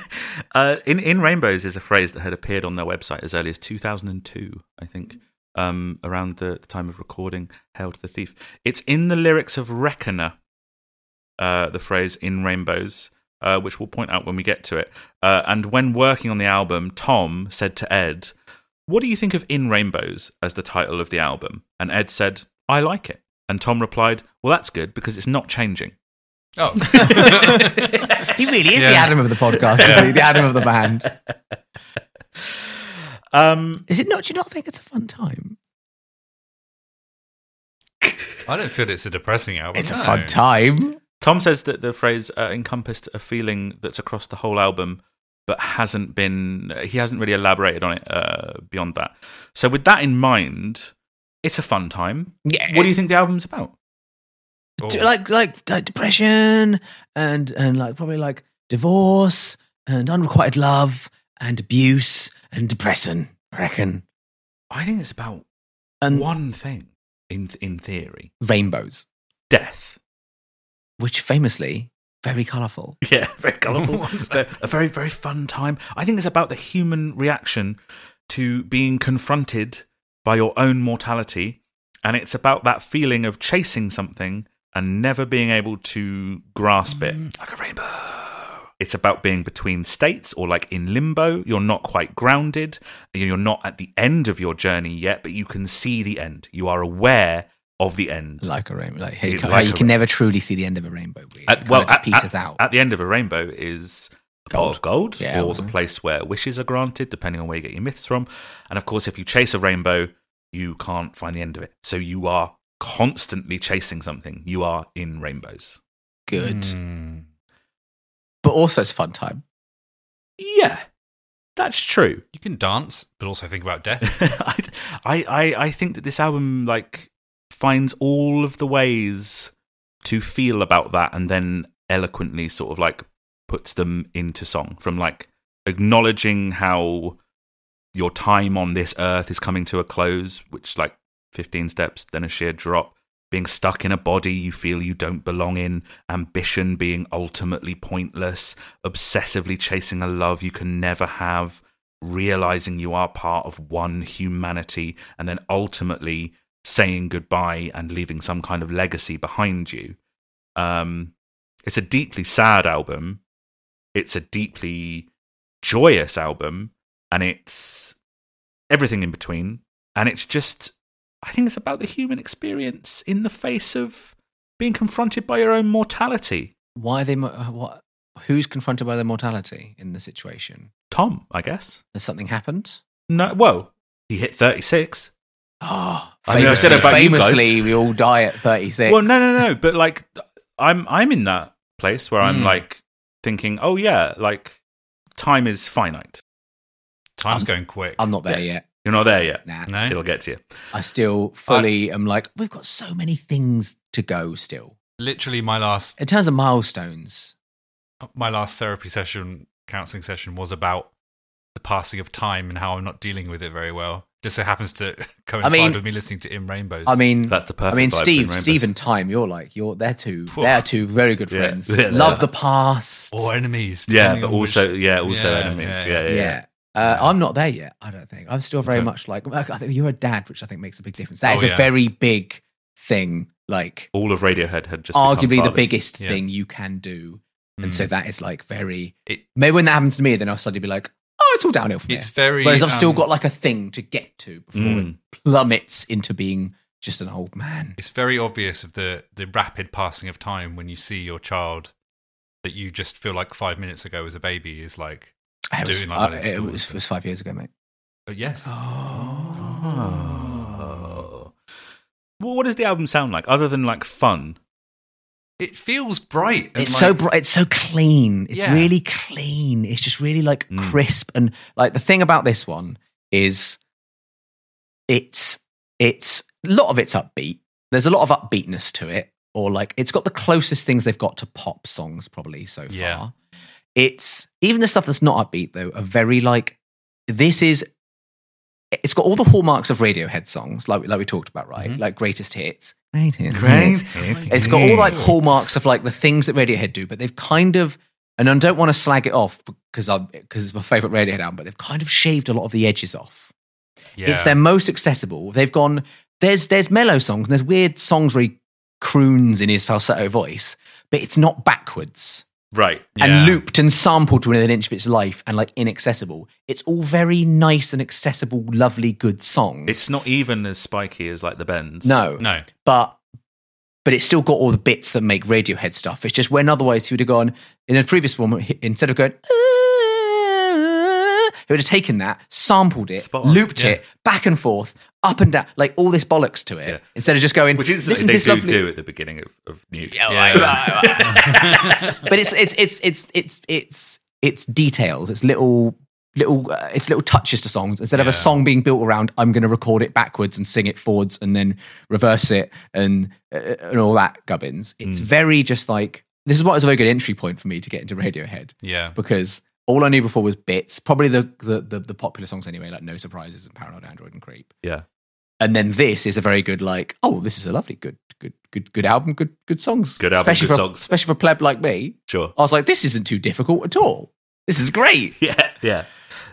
S1: [LAUGHS] uh, in in rainbows is a phrase that had appeared on their website as early as 2002, I think, um, around the time of recording "Hail to the Thief." It's in the lyrics of "Reckoner," uh, the phrase "in rainbows," uh, which we'll point out when we get to it. Uh, and when working on the album, Tom said to Ed, "What do you think of "In Rainbows" as the title of the album?" And Ed said, "I like it." And Tom replied, "Well, that's good because it's not changing."
S2: [LAUGHS]
S3: [LAUGHS]
S2: Oh,
S3: he really is the
S2: Yeah.
S3: Adam of the podcast, isn't he? the Adam of the band.
S1: [LAUGHS] Um,
S3: Is it not? Do you not think it's a fun time?
S2: I don't feel it's a depressing album.
S3: It's a
S2: no.
S3: fun time.
S1: Tom says that the phrase uh, encompassed a feeling that's across the whole album, but hasn't been. uh, He hasn't really elaborated on it uh, beyond that. So, with that in mind, it's a fun time.
S3: Yeah.
S1: What do you think the album's about?
S2: Oh.
S3: d- like like d- depression and and like probably like divorce and unrequited love and abuse and depression. I reckon
S1: I think it's about
S3: and
S1: one thing in in theory:
S3: rainbows,
S1: death.
S3: which famously very colourful.
S1: [LAUGHS] Yeah, very colourful.
S2: What's
S1: a a very very fun time. I think it's about the human reaction to being confronted by your own mortality, and it's about that feeling of chasing something and never being able to grasp it.
S3: Mm.
S1: Like a rainbow. It's about being between states or like in limbo. You're not quite grounded. You're not at the end of your journey yet, but you can see the end. You are aware of the end.
S3: Like a rainbow, like, how you
S1: Like
S3: ca-
S1: a
S3: how you can
S1: rainbow.
S3: never truly see the end of a rainbow. Really.
S1: At-
S3: It
S1: well,
S3: kinda just
S1: at,
S3: pieces
S1: at-
S3: out.
S1: At the end of a rainbow is a pot of gold,
S3: Yeah,
S1: or the
S3: wasn't it?
S1: place where wishes are granted, depending on where you get your myths from. And of course, if you chase a rainbow, you can't find the end of it. So you are constantly chasing something. You are in rainbows.
S3: Good,
S1: Mm.
S2: Hmm.
S3: but also it's a fun time.
S1: Yeah, that's true.
S2: You can dance, but also think about death.
S1: [LAUGHS] I, I, I- I think that this album like finds all of the ways to feel about that, and then eloquently sort of like puts them into song from like acknowledging how your time on this earth is coming to a close, which like 15 steps, then a sheer drop, being stuck in a body you feel you don't belong in, ambition being ultimately pointless, obsessively chasing a love you can never have, realizing you are part of one humanity, and then ultimately saying goodbye and leaving some kind of legacy behind you. Um, it's a deeply sad album. It's a deeply joyous album, and it's everything in between. And it's just, I think it's about the human experience in the face of being confronted by your own mortality.
S3: Why are they? mo- uh, What? Who's confronted by their mortality in the situation?
S1: Tom, I guess.
S3: Has something happened?
S1: No, whoa, he hit 36.
S3: Oh,
S1: [GASPS] I
S3: [GASPS]
S1: mean, I said about you guys.
S3: famously, we all die at thirty-six.
S1: Well, no, no, no. But like, I'm I'm in that place where I'm
S2: Mm.
S1: like thinking, oh yeah, like time is finite.
S2: Time's
S3: Um,
S2: going quick.
S3: I'm not there yet.
S1: You're not there yet.
S3: Nah,
S2: no,
S1: It'll get to you.
S3: I still fully am like, we've got so many things to go still.
S2: literally my last
S3: In terms of milestones,
S2: my last therapy session, counseling session, was about the passing of time and how I'm not dealing with it very well. Just so happens to [LAUGHS] coincide
S3: mean-
S2: with me listening to In Rainbows.
S3: I mean,
S1: That's the perfect
S3: I
S1: vibe,
S3: mean,
S1: Green
S3: Steve,
S1: Rainbows.
S3: Steve and Time. You're like, you're they're two,
S2: Phew.
S3: they're two very good
S1: Yeah.
S3: friends.
S1: [LAUGHS] Yeah, they
S3: Love
S1: are.
S3: the past.
S2: or enemies.
S1: Yeah,
S2: depending
S1: but
S2: on
S1: also,
S2: which-
S1: yeah, also
S2: Yeah,
S1: enemies.
S2: yeah,
S1: Yeah,
S2: yeah.
S1: yeah.
S3: yeah. Uh, I'm not there yet. I don't think I'm still very
S1: Okay.
S3: much like I think you're a dad, which I think makes a big difference. That
S2: Oh,
S3: is
S2: yeah.
S3: a very big thing. Like
S1: All of Radiohead had just become
S3: arguably the
S1: fathers.
S3: biggest
S2: Yeah.
S3: thing you can do, and
S2: Mm.
S3: so that is like very.
S2: It-
S3: maybe when that happens to me, then I'll suddenly be like, oh, it's all downhill from
S2: it's
S3: here.
S2: very.
S3: Whereas I've still
S2: um,
S3: got like a thing to get to before
S1: Mm.
S3: it plummets into being just an old man.
S2: it's very obvious of the the rapid passing of time when you see your child that you just feel like five minutes ago as a baby is like
S3: It was,
S2: doing like that
S3: uh,
S2: in
S3: it
S2: school,
S3: was,
S2: so-
S3: it was five years ago, mate.
S2: but yes
S1: Oh. Well, what does the album sound like other than like fun?
S2: it feels bright and
S3: It's
S2: like,
S3: so bright. It's so clean. It's
S2: Yeah.
S3: really clean. It's just really like
S1: Mm.
S3: crisp and like the thing about this one is it's it's a lot of it's upbeat. There's a lot of upbeatness to it, or like it's got the closest things they've got to pop songs probably so far.
S2: Yeah.
S3: It's even the stuff that's not upbeat though are very like this is. It's got all the hallmarks of Radiohead songs, like like we talked about, right? Like Mm-hmm. greatest hits, great hits, hits. It's got all like hallmarks of like the things that Radiohead do, but they've kind of, and I don't want to slag it off because I'm because it's my favorite Radiohead album, but they've kind of shaved a lot of the edges off.
S2: yeah.
S3: It's their most accessible. They've gone there's there's mellow songs and there's weird songs where he croons in his falsetto voice, but it's not backwards
S1: Right.
S2: Yeah.
S3: and looped and sampled within an inch of its life and like inaccessible. It's all very nice and accessible, lovely, good songs.
S1: It's not even as spiky as like the Bends.
S3: no,
S2: no
S3: but but it's still got all the bits that make Radiohead stuff. It's just when otherwise he would have gone in a previous one he- instead of going. "Ah," He would have taken that, sampled it,
S1: Spot on.
S3: looped
S2: Yeah.
S3: it back and forth, up and down, like all this bollocks to it.
S1: Yeah.
S3: Instead of just going,
S1: Which is
S3: listen
S1: they
S3: to this
S1: do
S3: lovely.
S1: do at the beginning of, of New.
S2: yeah.
S3: But it's it's it's it's it's it's it's details. It's little little uh, it's little touches to songs instead of
S2: Yeah.
S3: a song being built around. I'm going to record it backwards and sing it forwards and then reverse it and uh, and all that gubbins. It's
S1: Hmm.
S3: very just like this is what is a very good entry point for me to get into Radiohead
S2: yeah
S3: because all I knew before was bits, probably the the the, the popular songs anyway, like No Surprises and Paranoid Android and Creep.
S1: [LAUGHS] Yeah.
S3: And then this is a very good like oh this is a lovely good good good good album good good songs
S1: Good album,
S3: especially
S1: good
S3: for
S1: songs.
S3: especially for a pleb like me
S1: Sure. [LAUGHS]
S3: I was like, this isn't too difficult at all. This is great.
S1: Yeah. Yeah.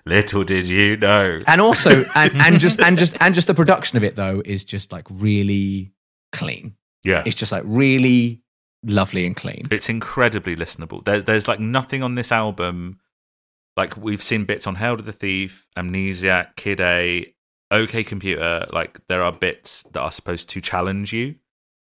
S1: Little did you know.
S3: And also, and, and just and just and just the production of it though is just like really clean.
S1: Yeah.
S3: It's just like really lovely and clean.
S1: It's incredibly listenable. There, there's like nothing on this album. Like we've seen bits on Hail to the Thief, Amnesiac, Kid A, OK Computer. Like there are bits that are supposed to challenge you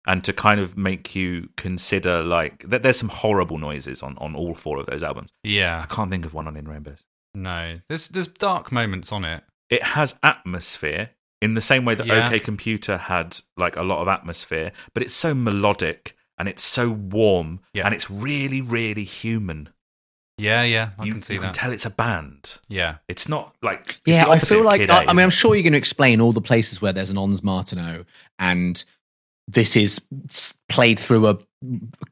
S1: and to kind of make you consider like that there's some horrible noises on, on all four of those albums.
S2: yeah
S1: I can't think of one on In Rainbows.
S2: no there's there's dark moments on it
S1: it has atmosphere in the same way that
S2: Yeah.
S1: OK Computer had like a lot of atmosphere, but it's so melodic and it's so warm
S2: Yeah.
S1: and it's really, really human.
S2: yeah yeah I
S1: you
S2: can see
S1: you
S2: that
S1: tell it's a band.
S2: yeah
S1: It's not like it's
S3: Yeah,
S1: the
S3: I
S1: opposite
S3: feel
S1: of
S3: like
S1: Kid
S3: I,
S1: A,
S3: I mean, I'm
S1: isn't
S3: sure you're going to explain all the places where there's an Ons Martino and this is s- played through a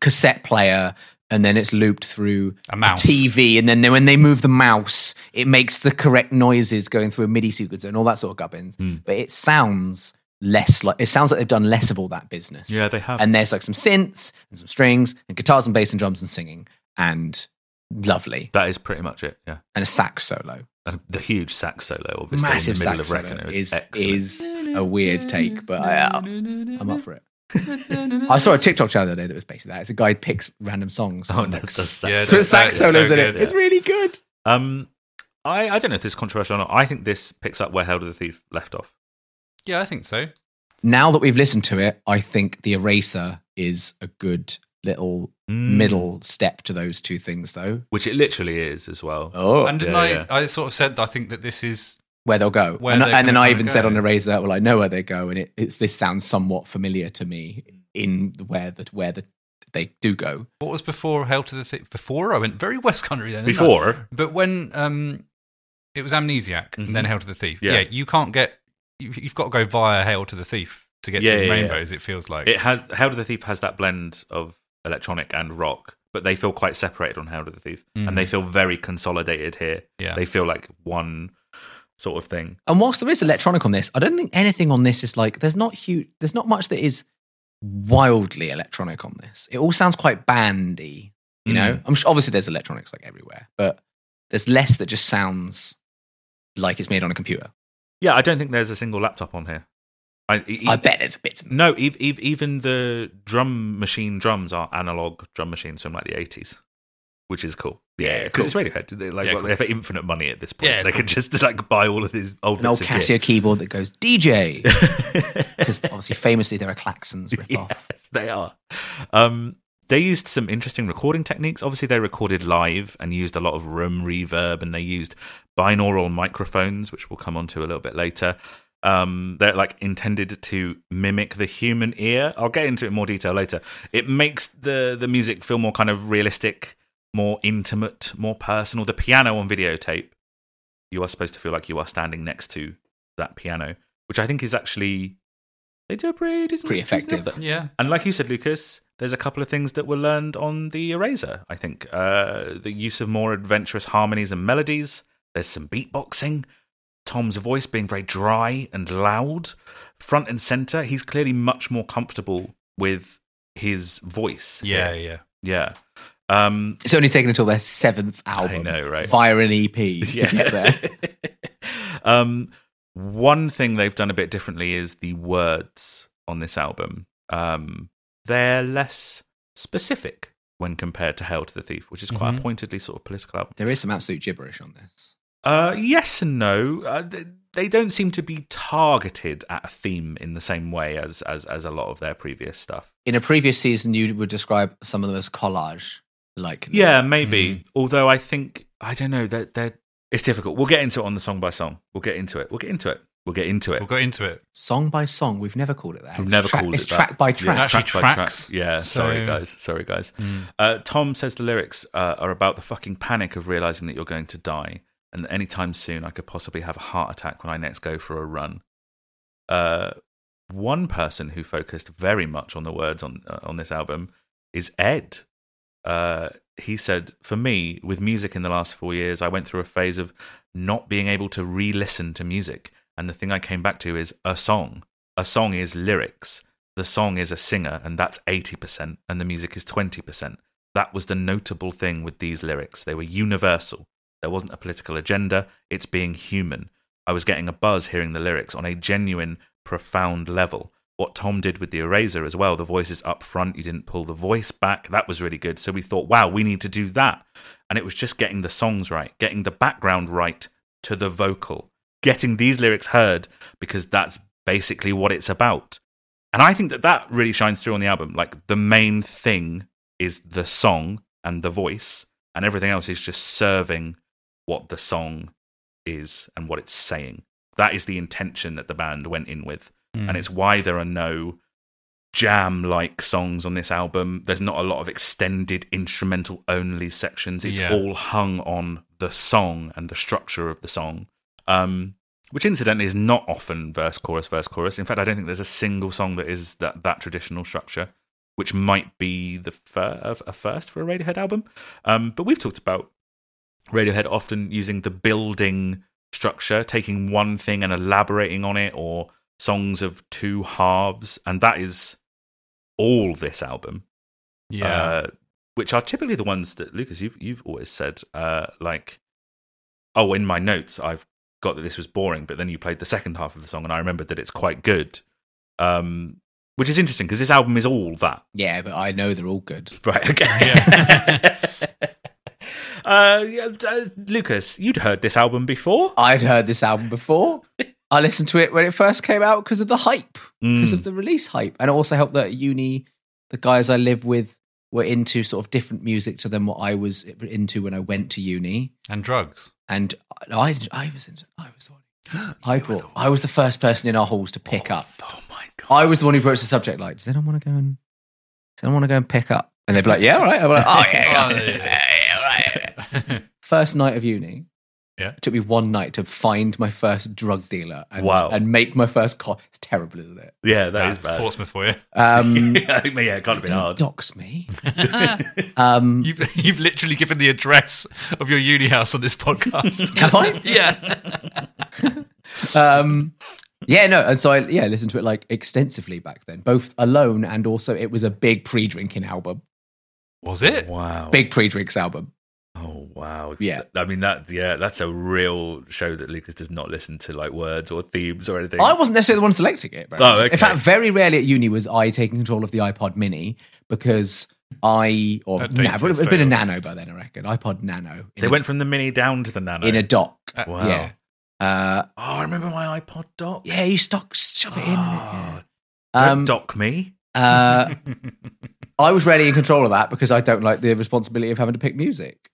S3: cassette player and then it's looped through
S2: A mouse.
S3: TV and then they, when they move the mouse, it makes the correct noises going through a MIDI sequence and all that sort of gubbins.
S1: Hmm.
S3: But it sounds less like it sounds like they've done less of all that business.
S1: Yeah, they have.
S3: And there's like some synths and some strings and guitars and bass and drums and singing and lovely
S1: it? that is pretty much it. Yeah,
S3: and a sax solo
S1: and the huge sax solo, obviously,
S3: massive
S1: in the middle of
S3: sax
S1: Reckoner
S3: solo
S1: is,
S3: is
S1: excellent. [LAUGHS]
S3: is a weird take, but I, uh, I'm up for it. I saw a TikTok channel the other day that was basically that. It's a guy picks random songs.
S1: oh
S3: and,
S1: no,
S3: like,
S1: the [LAUGHS] sax
S2: Yeah,
S3: so
S1: solo.
S2: that's-
S3: sax
S2: that is so
S3: solos in it.
S2: good.
S3: It's really good.
S1: Um, I I don't know if this is controversial or not. I think this picks up where Hail to the Thief left off.
S2: yeah I think so
S3: Now that we've listened to it, I think the eraser is a good little
S1: Mm.
S3: middle step to those two things, though.
S1: which it literally is as well.
S3: Oh,
S2: and didn't
S1: yeah,
S2: I
S1: yeah.
S2: I sort of said I think that this is
S3: where they'll go,
S2: Where
S3: and,
S2: they're
S3: and then
S2: gonna
S3: I
S2: kinda
S3: even said
S2: go.
S3: on eraser, well, I know where they go, and it, it's this sounds somewhat familiar to me in where the where the they do go.
S2: what was before Hail to the Thief before I went very West Country then didn't I?
S1: Before,
S2: But when um, it was Amnesiac
S1: Mhm.
S2: and then Hail to the Thief, yeah,
S1: Yeah.
S2: you can't get. You, you've got to go via Hail to the Thief to get
S1: Yeah,
S2: to the
S1: yeah, yeah.
S2: rainbows. It feels like
S1: It has How Did the Thief has that blend of electronic and rock, but they feel quite separated on How Did the Thief, and they feel very consolidated here.
S2: Mm. Yeah.
S1: they feel like one sort of thing.
S3: And whilst there is electronic on this, I don't think anything on this is like there's not huge. There's not much that is wildly electronic on this. It all sounds quite bandy, you
S1: Mm.
S3: know. I'm sure, obviously there's electronics like everywhere, but there's less that just sounds like it's made on a computer.
S1: Yeah, I don't think there's a single laptop on here. I, e-
S3: I bet there's bits.
S1: No, ev- ev- even the drum machine drums are analog drum machines from like the eighties, which is cool. Yeah, because it's Radiohead. They like
S2: Yeah,
S1: well,
S2: cool.
S1: they have infinite money at this point.
S2: Yeah, it's
S1: they can just like buy all of these old
S3: An old
S1: bits of
S3: Casio
S1: gear.
S3: keyboard that goes
S1: [LAUGHS]
S3: DJ, because obviously famously there are Claxons ripoff.
S1: Yes, [LAUGHS] they are. Um, they used some interesting recording techniques. Obviously, they recorded live and used a lot of room reverb, and they used binaural microphones, which we'll come onto a little bit later. Um, they're like intended to mimic the human ear. I'll get into it in more detail later. It makes the the music feel more kind of realistic, more intimate, more personal. The piano on videotape, you are supposed to feel like you are standing next to that piano, which I think is actually they do a pretty decent-
S3: Pretty effective.
S1: decent job there.
S2: yeah,
S1: And like you said, Lucas, there's a couple of things that were learned on the Eraser. I think uh, the use of more adventurous harmonies and melodies. There's some beatboxing. Tom's voice being very dry and loud, front and center. He's clearly much more comfortable with his voice.
S2: yeah, yeah.
S1: yeah. Um,
S3: It's only taken until their seventh album,
S1: know, right?
S3: Via an
S1: [LAUGHS]
S3: EP to get there.
S1: um, one thing they've done a bit differently is the words on this album. Um, they're less specific when compared to Hail to the Thief, which is quite
S3: Mm-hmm.
S1: a pointedly sort of political album.
S3: There is some absolute gibberish on this.
S1: Uh, yes and no. Uh, th- they don't seem to be targeted at a theme in the same way as as, as a lot of their previous stuff.
S3: in a previous season you would describe some of them as collage like
S1: Yeah, maybe.
S3: Mm-hmm.
S1: Although I think I don't know that they're, it's difficult. We'll get into it on the song by song. We'll get into it. We'll get into it. We'll get into it.
S2: We'll go into it.
S3: song by song we've never called it that
S1: We've
S3: It's
S1: never
S3: track-
S1: called
S3: it's
S1: it that.
S3: track by track
S1: Yeah,
S2: Actually
S1: track by
S2: tracks.
S1: track. Yeah,
S2: So- Hmm.
S1: sorry guys, sorry guys. Uh, Tom says the lyrics uh, are about the fucking panic of realizing that you're going to die, and that anytime soon I could possibly have a heart attack when I next go for a run. Uh, one person who focused very much on the words on uh, on this album is Ed. Uh, he said, "For me, with music in the last four years, I went through a phase of not being able to re-listen to music, and the thing I came back to is a song. A song is lyrics. The song is a singer, and that's eighty percent, and the music is twenty percent. That was the notable thing with these lyrics. They were universal. There wasn't a political agenda. It's being human. I was getting a buzz hearing the lyrics on a genuine, profound level. What Tom did with the eraser as well, the voices up front, you didn't pull the voice back. That was really good. So we thought, wow, we need to do that. And it was just getting the songs right, getting the background right to the vocal, getting these lyrics heard, because that's basically what it's about. And I think that that really shines through on the album. Like the main thing is the song and the voice, and everything else is just serving what the song is and what it's saying. That is the intention that the band went in with. And it's why there are no jam like songs on this album. There's not a lot of extended instrumental only sections. It's
S2: Yeah.
S1: all hung on the song and the structure of the song. Um, which incidentally is not often verse chorus verse chorus. In fact, I don't think there's a single song that is that that traditional structure, which might be the fir- a- a first for a Radiohead album. Um, but we've talked about Radiohead often using the building structure, taking one thing and elaborating on it, or songs of two halves, and that is all this album
S2: Yeah,
S1: uh, which are typically the ones that Lucas, you've you've always said, uh, like, oh, in my notes, I've got that this was boring, but then you played the second half of the song, and I remembered that it's quite good, um, which is interesting because this album is all that,
S3: yeah but i know they're all good
S1: right? Okay. [LAUGHS] uh, yeah, uh, Lucas, you'd heard this album before.
S3: i'd heard this
S1: [LAUGHS]
S3: album before i listened to it when it first came out because of the hype because
S1: Mm.
S3: of the release hype and it also helped that at uni the guys i live with were into sort of different music to them what i was into when i went to uni
S1: [LAUGHS]
S2: and drugs.
S3: and I, I was, in, I was the
S1: [GASPS]
S3: one. I brought. I was the first person in our halls to pick up.
S1: Oh my god!
S3: I was the one who broached the subject. Like, does anyone want to go and? Does anyone want to go and pick up? And they'd "Oh, be like, yeah, all right. I'm like, oh yeah, yeah,
S2: Oh,
S3: yeah, yeah, all right. First night of uni,
S2: Yeah.
S3: It took me one night to find my first drug dealer and,
S1: Wow.
S3: and make my first call. It's terrible,
S1: [LAUGHS]
S3: isn't it?
S1: Yeah, that
S2: Ah,
S1: is bad.
S2: Portsmouth for you.
S1: [LAUGHS]
S3: Um,
S1: yeah, I think- yeah, it can't have
S3: [LAUGHS]
S1: been
S3: don't
S1: hard.
S3: dox me. um,
S2: [LAUGHS] You've, you've literally given the address of your uni house on
S1: [LAUGHS]
S2: this podcast.
S3: have I?
S2: yeah.
S3: um, yeah, no. And so I yeah listened to it like extensively back then, both alone and also it was a big pre-drinking album,
S2: Was it?
S1: Wow.
S3: big pre-drinks album.
S1: Oh wow.
S3: Yeah.
S1: I mean that. Yeah, that's a real show that Lucas does not listen to like words or themes or anything.
S3: I wasn't necessarily the one selecting it. But
S1: Oh, okay.
S3: In fact, very rarely at uni was I taking control of the iPod Mini because I or
S2: That
S3: no,
S2: dates
S3: it would have
S2: us
S3: been a
S2: very
S3: Nano by then, I reckon. iPod Nano. In
S1: they
S3: a,
S1: went from the mini down to the nano.
S3: in a dock.
S1: wow.
S3: Yeah. Uh,
S1: Oh, I remember my iPod dock.
S3: yeah, you stuck shove it
S1: [GASPS]
S3: in.
S1: Ah,
S3: innit?
S1: don't
S3: Yeah. Um,
S1: dock me.
S3: uh, I was rarely in control of that because I don't like the responsibility of having to pick music.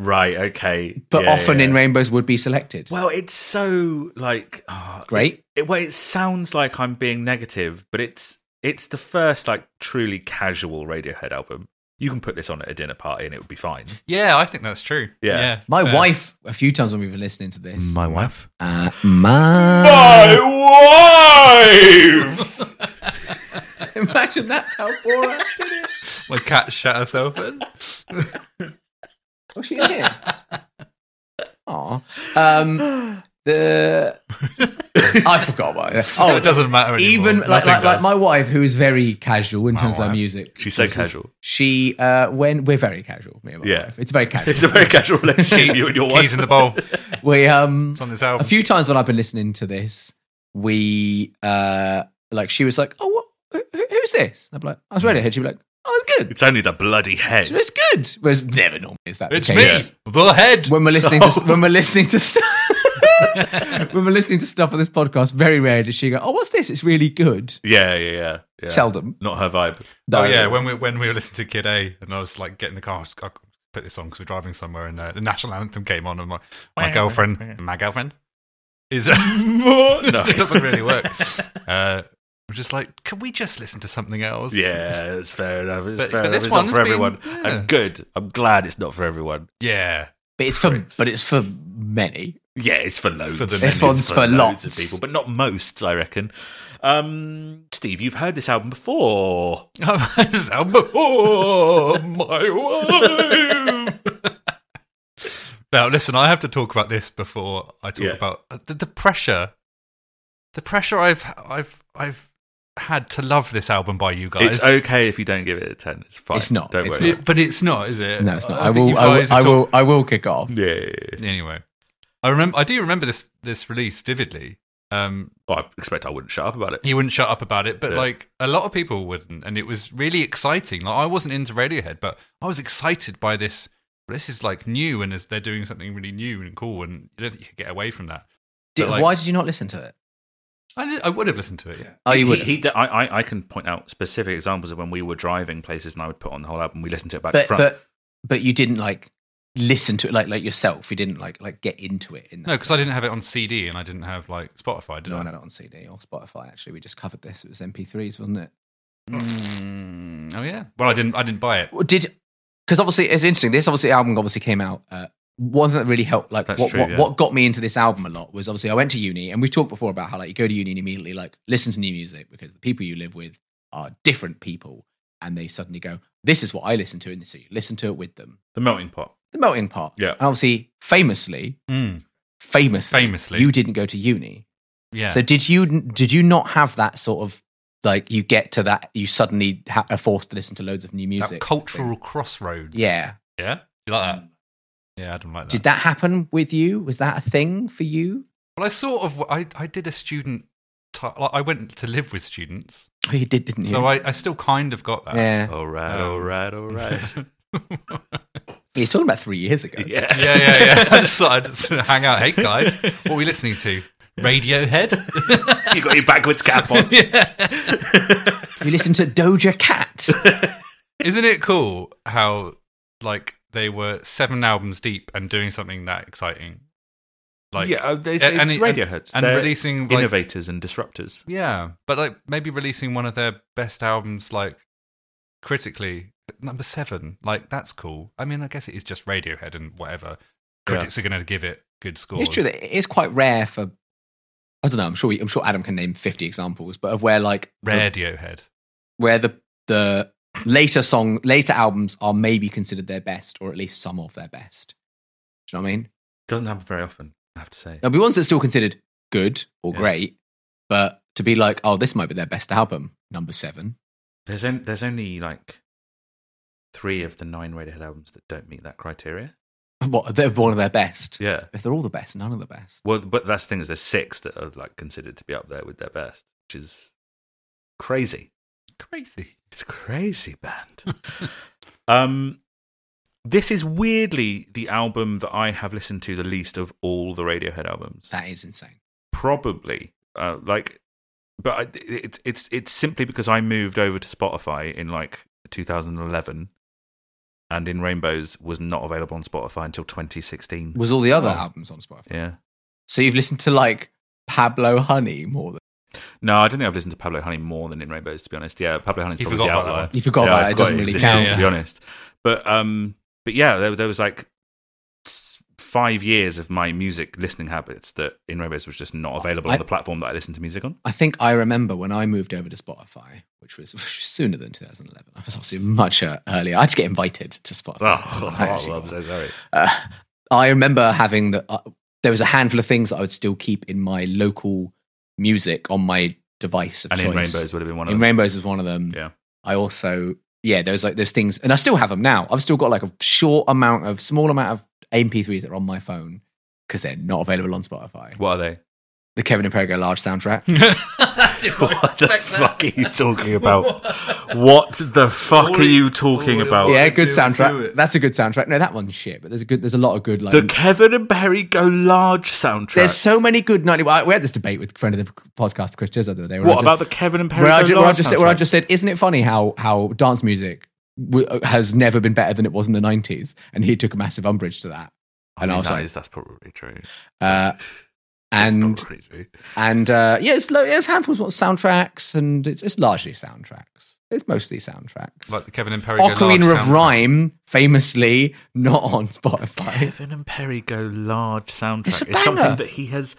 S1: Right. Okay.
S3: But
S1: Yeah,
S3: often
S1: yeah.
S3: in rainbows would be selected.
S1: Well, it's so like ah,
S3: Great.
S1: It, well, it sounds like I'm being negative, but it's it's the first like truly casual Radiohead album. You can put this on at a dinner party and it would be fine.
S2: Yeah, I think that's true.
S1: Yeah.
S3: My
S2: fair.
S3: wife, a few times when we've been listening to this,
S1: My wife.
S3: uh, my,
S1: My wife.
S3: [LAUGHS] imagine that's how Borat did it.
S2: My cat shut herself in.
S3: Oh, she did. Aw. Um, the I forgot about it.
S2: Oh,
S3: Oh,
S2: it doesn't matter anymore.
S3: even like,
S2: Nothing
S3: like, like
S2: does.
S3: my wife, who is very casual in terms of her
S2: wife.
S3: music.
S1: She's so
S3: choices,
S1: casual.
S3: She uh, when we're very casual, me and my
S1: Yeah.
S3: wife. It's very
S1: [LAUGHS] [LAUGHS]
S3: casual.
S1: It's a very casual relationship. you and your
S2: Keys
S1: wife. [LAUGHS]
S2: in the bowl.
S3: we um
S2: It's on this
S3: a
S2: album.
S3: few times when I've been listening to this, we uh like she was like, "Oh, what? Who, who- who's this?" And I'd be like, "I was Radiohead." She'd be like, "Oh, it's good.
S1: It's only the bloody head.
S3: She was, It's good." Whereas never normally is that. the
S2: It's me,
S3: case.
S2: the head.
S3: [LAUGHS] When we're listening to when we're listening to st- [LAUGHS] when we're listening to stuff on this podcast, very rarely does she go, "Oh, what's this? It's really good."
S1: Yeah, yeah, yeah. yeah.
S3: Seldom.
S1: Not her vibe.
S3: No.
S2: Oh yeah, when we when we were listening to Kid A, and I was like getting the car, I put this on because we're driving somewhere, and uh, the national anthem came on, and my, my girlfriend, my girlfriend,
S1: [LAUGHS]
S2: is [LAUGHS] no, it doesn't really work. Uh, we're just like, can we just listen to something else?
S1: Yeah, it's fair enough. It's
S2: But-
S1: fair
S2: but
S1: enough.
S2: this
S1: it's
S2: one
S1: not
S2: has
S1: for everyone.
S2: been- yeah.
S1: I'm good. I'm glad it's not for everyone.
S2: yeah.
S3: but it's for but it's for many.
S1: Yeah, it's for loads.
S2: For the
S1: It's
S2: This
S3: one's for
S1: loads of
S3: lots.
S1: people, but not most, I reckon. Um, Steve, you've heard this album before.
S2: [LAUGHS] I've had this album before, my wife. now, listen, I have to talk about this before I talk
S1: Yeah.
S2: about uh, the, the pressure. The pressure I've I've I've had to love this album by you guys.
S1: It's okay if you don't give it a ten. It's fine.
S3: It's not.
S1: Don't
S3: It's
S1: worry.
S2: It- but it's not, is it?
S3: No, it's not. I,
S2: think you
S3: will. I
S2: guys
S3: will. I
S2: have
S3: will, I will kick off.
S1: Yeah, yeah, yeah.
S2: talked- Anyway, I remember. I do remember this this release vividly. Um,
S1: Well, I expect I wouldn't shut up about it.
S2: he wouldn't shut up about it, but
S1: Yeah.
S2: like a lot of people wouldn't, and it was really exciting. Like I wasn't into Radiohead, but I was excited by this. This is like new, and as they're doing something really new and cool, and you don't think you could get away from that.
S3: Did,
S2: like-
S3: why did you not listen to it?
S2: I, did- I would have listened to it. Yeah.
S3: Oh, you
S1: He,
S3: would.
S1: he, d- I, I, I can point out specific examples of when we were driving places and I would put on the whole album. We listened to it back to
S3: but
S1: front.
S3: but but you didn't like listen to it like like yourself. You didn't like like get into it. In that
S2: No, because I didn't have it on CD, and I didn't have like Spotify, did
S3: No,
S2: I?
S3: no, not on CD or Spotify. Actually, we just covered this. It was MP3s, wasn't it?
S2: Mm, oh yeah. Well, I didn't. I didn't buy it.
S3: Well, Did because obviously it's interesting. This obviously album obviously came out. Uh, one thing that really helped, like
S1: That's
S3: what,
S1: true,
S3: what,
S1: yeah.
S3: what got me into this album a lot was obviously I went to uni, and we talked before about how like you go to uni and immediately like listen to new music because the people you live with are different people, and they suddenly go, "This is what I listen to," and so you listen to it with them.
S1: the melting pot.
S3: The melting pot,
S1: Yeah.
S3: and obviously famously,
S2: Mm,
S3: famously,
S2: Famously.
S3: you didn't go to uni.
S2: yeah.
S3: So did you did you not have that sort of like you get to that you suddenly ha- are forced to listen to loads of new
S2: that
S3: music?
S2: cultural crossroads.
S3: Yeah. Mm.
S2: Yeah. You like that? Yeah, I didn't like that.
S3: Did that happen with you? Was that a thing for you?
S2: Well, I sort of I, I did a student. T- like, I went to live with students,
S3: Oh, you did, didn't you?
S2: so I, uh, I still kind of got that.
S3: yeah.
S1: All right,
S2: Um,
S1: all right, all right.
S3: You're talking about three years ago.
S1: yeah.
S2: [LAUGHS] yeah, yeah, yeah. [LAUGHS] I decided to hang out. Hey guys, what are we listening to? Radiohead.
S1: you got your backwards cap on.
S3: You listened to Doja Cat.
S2: Isn't it cool how like they were seven albums deep and doing something that exciting? Like
S1: yeah, uh, it's, it's
S2: and it-
S1: Radiohead.
S2: and
S1: They're
S2: releasing like,
S1: innovators and disruptors.
S2: Yeah, but like maybe releasing one of their best albums, like critically, but number seven, like that's cool. I mean, I guess it is just Radiohead and whatever critics are going to give it good scores.
S3: It's true that it is quite rare for. I don't know. I'm sure. We, I'm sure Adam can name 50 examples, but of where like the-
S2: Radiohead.
S3: where the the later song later albums are maybe considered their best, or at least some of their best. Do you know what I mean?
S1: Doesn't happen very often, I have to say.
S3: There'll be ones that's still considered good or
S1: Yeah.
S3: great, but to be like, oh, this might be their best album, number seven.
S1: There's on, there's only like three of the nine Radiohead albums that don't meet that criteria.
S3: What they're one of their best.
S1: Yeah.
S3: If they're all the best, none of the best.
S1: Well, but that's the thing is there's six that are like considered to be up there with their best, which is crazy.
S2: Crazy.
S1: It's crazy band. [LAUGHS] um, this is weirdly the album that I have listened to the least of all the Radiohead albums.
S3: That is insane.
S1: probably uh, like but I, it's it's it's simply because i moved over to spotify in like 2011 and in rainbows was not available on spotify until 2016
S3: Was all the other
S2: Oh.
S3: albums on Spotify?
S1: yeah
S3: So you've listened to like Pablo Honey more than
S1: no i don't think i've listened to pablo honey more than in rainbows to be honest yeah pablo honey's
S2: You
S1: probably the
S2: forgot about that
S1: outlier
S2: one.
S3: you forgot
S1: Yeah,
S3: about.
S1: I
S3: it. It
S1: forgot
S3: doesn't really
S1: existed,
S3: count.
S1: to be honest. But um, but yeah, there, there was like s- five years of my music listening habits that in rainbows was just not available
S3: I-
S1: on the platform that I listened to music on. [LAUGHS]
S3: I think I remember when I moved over to Spotify, which was [LAUGHS] sooner than 2011. I was obviously much uh, earlier. I had to get invited to Spotify.
S1: Oh,
S3: I actually-
S1: I'm so sorry.
S3: Uh, I remember having the. Uh, there was a handful of things that I would still keep in my local music on my device of
S1: And in
S3: choice.
S1: rainbows would have been one of
S3: in
S1: them.
S3: rainbows was one of them.
S1: Yeah.
S3: I also yeah, there's like there's things, and I still have them now. I've still got like a short amount of small amount of MP3s that are on my phone because they're not available on Spotify.
S1: What are they?
S3: The Kevin and Perego large
S1: [LAUGHS]
S3: soundtrack.
S1: What
S3: [LAUGHS]
S1: the fuck are you talking about? what the fuck are you talking about?
S3: yeah,
S2: I
S3: good
S2: do do
S3: soundtrack.
S2: it.
S3: That's a good soundtrack. No, that one's shit, but there's a good. There's a lot of good like.
S1: The Kevin and Perry Go Large soundtrack.
S3: there's so many good ninety. I- We had this debate with friend of the podcast Chris Chizzo the other day. where I
S1: what
S3: just-
S1: about the Kevin and Perry
S3: where I,
S1: Go
S3: just,
S1: Large
S3: where, I just,
S1: soundtrack?
S3: where I just said, isn't it funny how how dance music w- has never been better than it was in the '90s? And he took a massive umbrage to that.
S1: I mean,
S3: and I was
S1: that
S3: like-
S1: is- that's probably true.
S3: Uh, and
S1: Probably true.
S3: and uh, yeah, it's, lo- it's handfuls of soundtracks, and it's it's largely soundtracks. It's mostly soundtracks.
S2: Like the Kevin and Perry. Go
S3: Ocarina
S2: Large
S3: of
S2: soundtrack.
S3: Rhyme, famously not on Spotify.
S1: Kevin and Perry go large soundtrack.
S3: It's
S1: It's,
S3: a banger.
S1: something that he has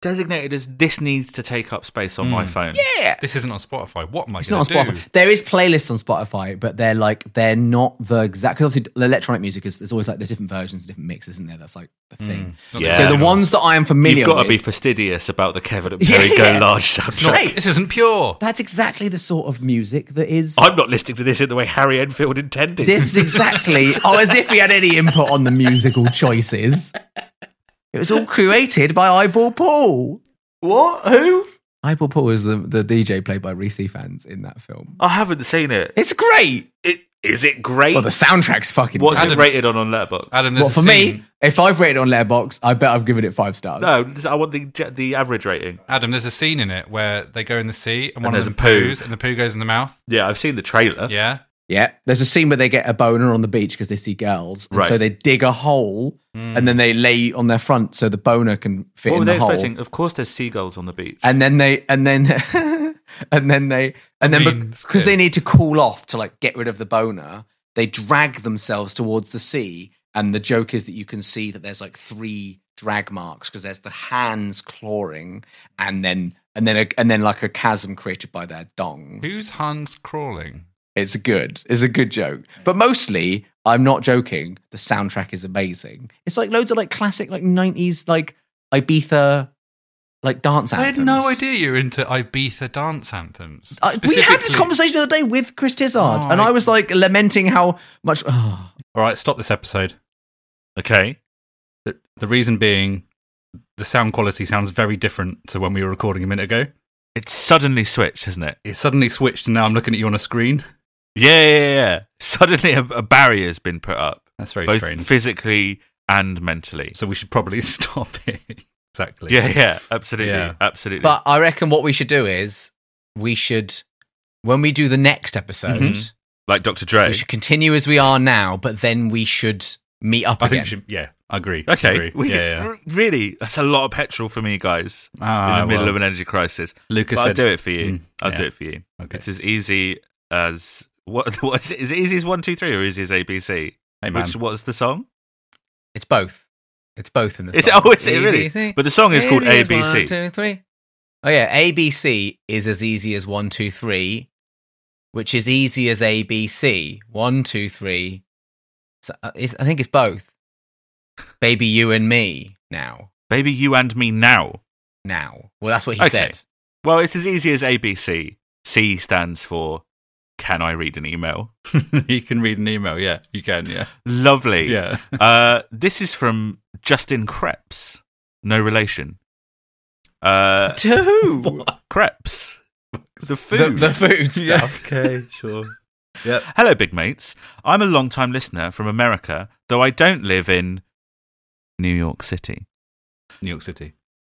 S1: designated as this needs to take up space on
S3: Hmm.
S1: my phone.
S3: Yeah,
S2: This isn't on Spotify. What am I
S3: It's not on
S2: going to do?
S3: Spotify. There is playlists on Spotify, but they're like they're not the exact. 'cause Obviously, electronic music is there's always like there's different versions, different mixes, isn't there? That's like the thing.
S2: Hmm. Not
S1: Yeah.
S3: So the
S2: originals.
S3: ones that I am familiar
S1: You've got to
S3: with,
S1: be fastidious about the Kevin and
S3: [LAUGHS] Yeah,
S1: Perry
S3: yeah.
S1: go large
S2: It's not-
S1: soundtrack.
S2: This isn't pure.
S3: that's exactly the sort of music that is.
S1: I'm not listening to this in the way Harry Enfield intended.
S3: this is exactly. oh, as if we had any input on the musical choices. It was all created by Eyeball Paul.
S1: what? Who?
S3: Eyeball Paul is the, the DJ played by Reese fans in that film.
S1: I haven't seen it.
S3: It's great.
S1: it is it great?
S3: Well, the soundtrack's fucking.
S1: What's
S3: great.
S1: it rated on on Letterboxd?
S2: Adam,
S3: Well,
S2: there's
S3: for
S2: a scene,
S3: me, if I've rated on Letterbox, I bet I've given it five stars.
S1: no, this- I want the ge- the average rating.
S2: Adam, there's a scene in it where they go in the sea and, one
S1: there's
S2: of them
S1: a poo.
S2: poos and the poo goes in the mouth.
S1: Yeah, I've seen the trailer.
S2: Yeah.
S3: Yeah. There's a scene where they get a boner on the beach because they see girls. And
S1: Right.
S3: So they dig a hole and then they lay on their front so the boner can fit
S1: What
S3: in
S1: were
S3: the
S1: they
S3: hole.
S1: expecting? Of course, there's seagulls on the beach.
S3: And then they, and then, [LAUGHS] and then they, and then
S2: Mean
S3: because
S2: skin.
S3: they need to cool off to like get rid of the boner, they drag themselves towards the sea. And the joke is that you can see that there's like three drag marks because there's the hands clawing and then, and then, a, and then like a chasm created by their dongs.
S2: Who's Hans crawling?
S3: It's good. It's a good joke. But mostly, I'm not joking. The soundtrack is amazing. It's like loads of like classic like 90s like Ibiza like dance
S2: I
S3: anthems.
S2: had no idea you were into Ibiza dance anthems.
S3: I- Uh, we had this
S2: Specifically-
S3: conversation the other day with Chris Tizard,
S2: Oh,
S3: and I
S2: I-
S3: was like lamenting how much. [SIGHS] Oh,
S2: All right, stop this episode.
S1: Okay,
S2: The, the reason being, the sound quality sounds very different to when we were recording a minute ago.
S1: it's suddenly switched, hasn't it?
S2: It suddenly switched, and now I'm looking at you on a screen.
S1: Yeah, yeah, yeah, yeah. Suddenly, a, a barrier's been put up,
S2: That's very
S1: both
S2: strange.
S1: physically and mentally.
S2: so we should probably [LAUGHS] stop it. exactly.
S1: Yeah, yeah, absolutely,
S2: Yeah.
S1: absolutely.
S3: But I reckon what we should do is we should, when we do the next episode,
S2: Mm-hmm.
S1: Mhm. like Dr. Dre.
S3: we should continue as we are now, but then we should meet up
S2: I think.
S3: again.
S2: we Should, yeah, I agree.
S1: okay,
S2: Agree.
S1: we
S2: yeah, yeah.
S1: r- really, that's a lot of petrol for me, guys.
S2: Ah,
S1: in the middle
S2: well,
S1: of an energy crisis,
S2: Lucas
S1: but I'll
S2: said,
S1: do it for you.
S2: Mm,
S1: I'll
S2: yeah.
S1: do it for you.
S2: Okay.
S1: It's as easy as what? [LAUGHS] What is it? Is it easy as one, two, three, or easy as ABC?
S2: "Hey man,
S1: Which what's the song?
S3: It's both. It's both in the
S1: Is it-
S3: song.
S1: oh, is it really?
S3: ABC.
S1: But the song is called
S3: Easy as
S1: ABC.
S3: One, two, three. Oh yeah, ABC is as easy as one, two, three, which is easy as ABC. One, two, three. So uh, it's, I think it's both. Baby, you and me now.
S1: Baby, you and me now.
S3: Now. Well, that's what he
S1: Okay.
S3: said.
S1: Well, it's as easy as ABC. C stands for Can I read an email?
S2: [LAUGHS] you can read an email. Yeah, you can. Yeah,
S1: Lovely.
S2: yeah.
S1: [LAUGHS]
S2: [LAUGHS]
S1: uh, this is from Justin Krebs. No relation. Uh,
S3: To [LAUGHS] who?
S1: Krebs. The food.
S3: the,
S1: [LAUGHS]
S3: the food stuff.
S2: okay, sure.
S1: Hello, big mates. I'm a long time listener from America, though I don't live in New York City.
S2: New York City.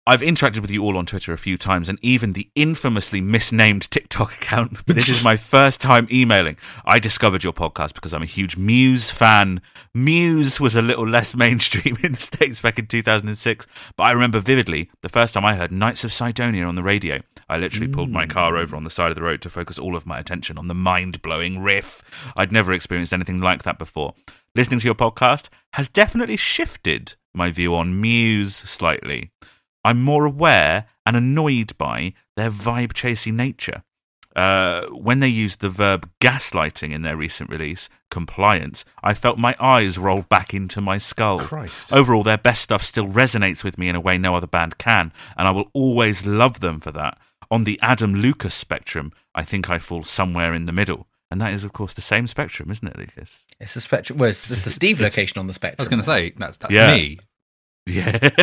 S1: I've interacted with you all on Twitter a few times and even the infamously misnamed TikTok [LAUGHS] account. But this is my first time emailing. I discovered your podcast because I'm a huge Muse fan. Muse was a little less [LAUGHS] mainstream in the States back in 2006, but I remember vividly the first time I heard Knights of Sidonia on the radio. I literally pulled my car over on the side of the road to focus all of my attention on the mind blowing riff. I'd never experienced anything like that before. Listening to your podcast has definitely shifted my view on Muse slightly. I'm more aware and annoyed by their vibe chasey nature. Uh, when they used the verb gaslighting in their recent release, compliance, I felt my eyes roll back into my skull.
S2: Christ.
S1: Overall, their best stuff still resonates with me in a way no other band can, and I will always love them for that. On the Adam Lucas spectrum, I think I fall somewhere in the middle. And that is, of course, the same spectrum, isn't it, Lucas?
S3: It's the spectrum. Well, it's, it's the Steve location on
S2: I
S3: the
S2: was
S3: spectrum.
S2: going to say that's that's
S1: Yeah.
S2: me.
S1: Yeah. [LAUGHS]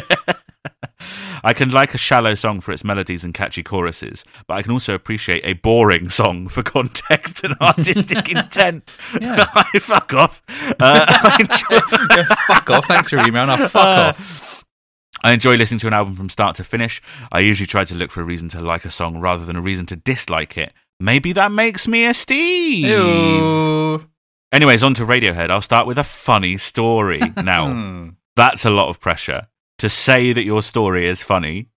S1: I can like a shallow song for its melodies and catchy choruses, but I can also appreciate a boring song for context
S2: [LAUGHS]
S1: and artistic intent.
S2: Yeah.
S1: [LAUGHS] I fuck off. Uh, [LAUGHS] I, enjoy,
S2: Yeah, fuck off. Thanks for your email. Now fuck
S1: Uh,
S2: off.
S1: I enjoy listening to an album from start to finish. I usually try to look for a reason to like a song rather than a reason to dislike it. Maybe that makes me a Steve.
S2: Ew.
S1: Anyways, on to Radiohead. I'll start with a funny story
S2: [LAUGHS]
S1: now.
S2: Hmm.
S1: That's a lot of pressure to say that your story is funny.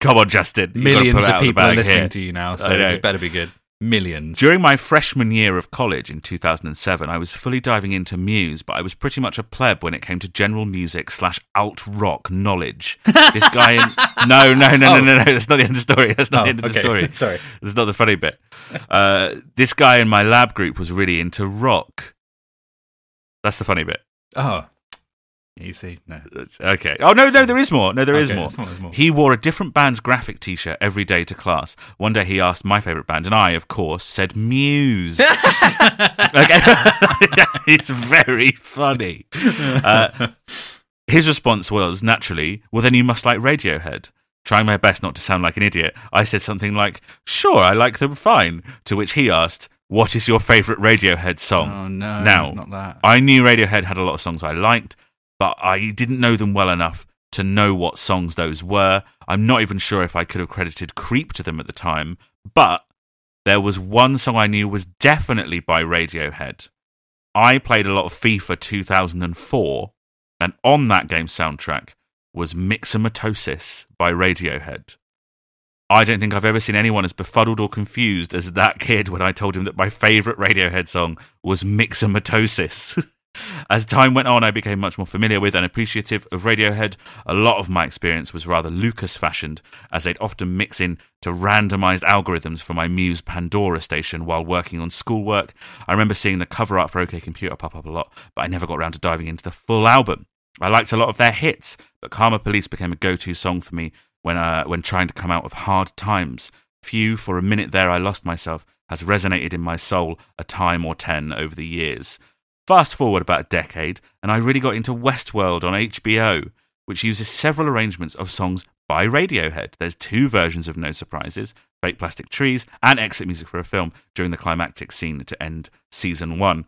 S1: Come on, Justin. You've gotta
S2: Millions
S1: pull it
S2: of
S1: out the
S2: people are
S1: bag
S2: listening
S1: here.
S2: to you now, so
S1: I know.
S2: it better be good. Millions.
S1: During my freshman year of college in 2007, I was fully diving into Muse, but I was pretty much a pleb when it came to general music slash alt rock knowledge. This guy
S2: [LAUGHS]
S1: in. No, no, no, no, no, no. That's not the end of the story. That's not
S2: Oh,
S1: the end of
S2: okay.
S1: the story.
S2: [LAUGHS] Sorry.
S1: That's not the funny bit. Uh, this guy in my lab group was really into rock. That's the funny bit.
S2: Oh, you see, no.
S1: That's- okay. Oh, no, no, there is more. No, there is
S2: Okay,
S1: more.
S2: there's more, there's more.
S1: He wore a different band's graphic t shirt every day to class. One day he asked my favourite band, and I, of course, said
S2: [LAUGHS]
S1: Muse. [LAUGHS] Okay. it's very
S2: [LAUGHS]
S1: funny. Uh, his response was naturally, well, then you must like Radiohead. Trying my best not to sound like an idiot, I said something like, sure, I like them fine. To which he asked, what is your favourite Radiohead song?
S2: Oh no,
S1: Now,
S2: not that.
S1: I knew Radiohead had a lot of songs I liked, but I didn't know them well enough to know what songs those were. I'm not even sure if I could have credited Creep to them at the time, but there was one song I knew was definitely by Radiohead. I played a lot of FIFA 2004, and on that game's soundtrack was Mixomatosis by Radiohead. I don't think I've ever seen anyone as befuddled or confused as that kid when I told him that my favourite Radiohead song was [LAUGHS] Mixomatosis. As time went on, I became much more familiar with and appreciative of Radiohead. A lot of my experience was rather Lucas fashioned, as they'd often mix in to randomized algorithms for my Muse Pandora station while working on schoolwork. I remember seeing the cover art for OK Computer pop up a lot, but I never got around to diving into the full album. I liked a lot of their hits, but Karma Police became a go to song for me when, uh, when trying to come out of hard times. Few, for a minute there, I lost myself, has resonated in my soul a time or ten over the years. Fast forward about a decade, and I really got into Westworld on HBO, which uses several arrangements of songs by Radiohead. There's two versions of No Surprises, Fake Plastic Trees, and Exit Music for a Film during the climactic scene to end season one.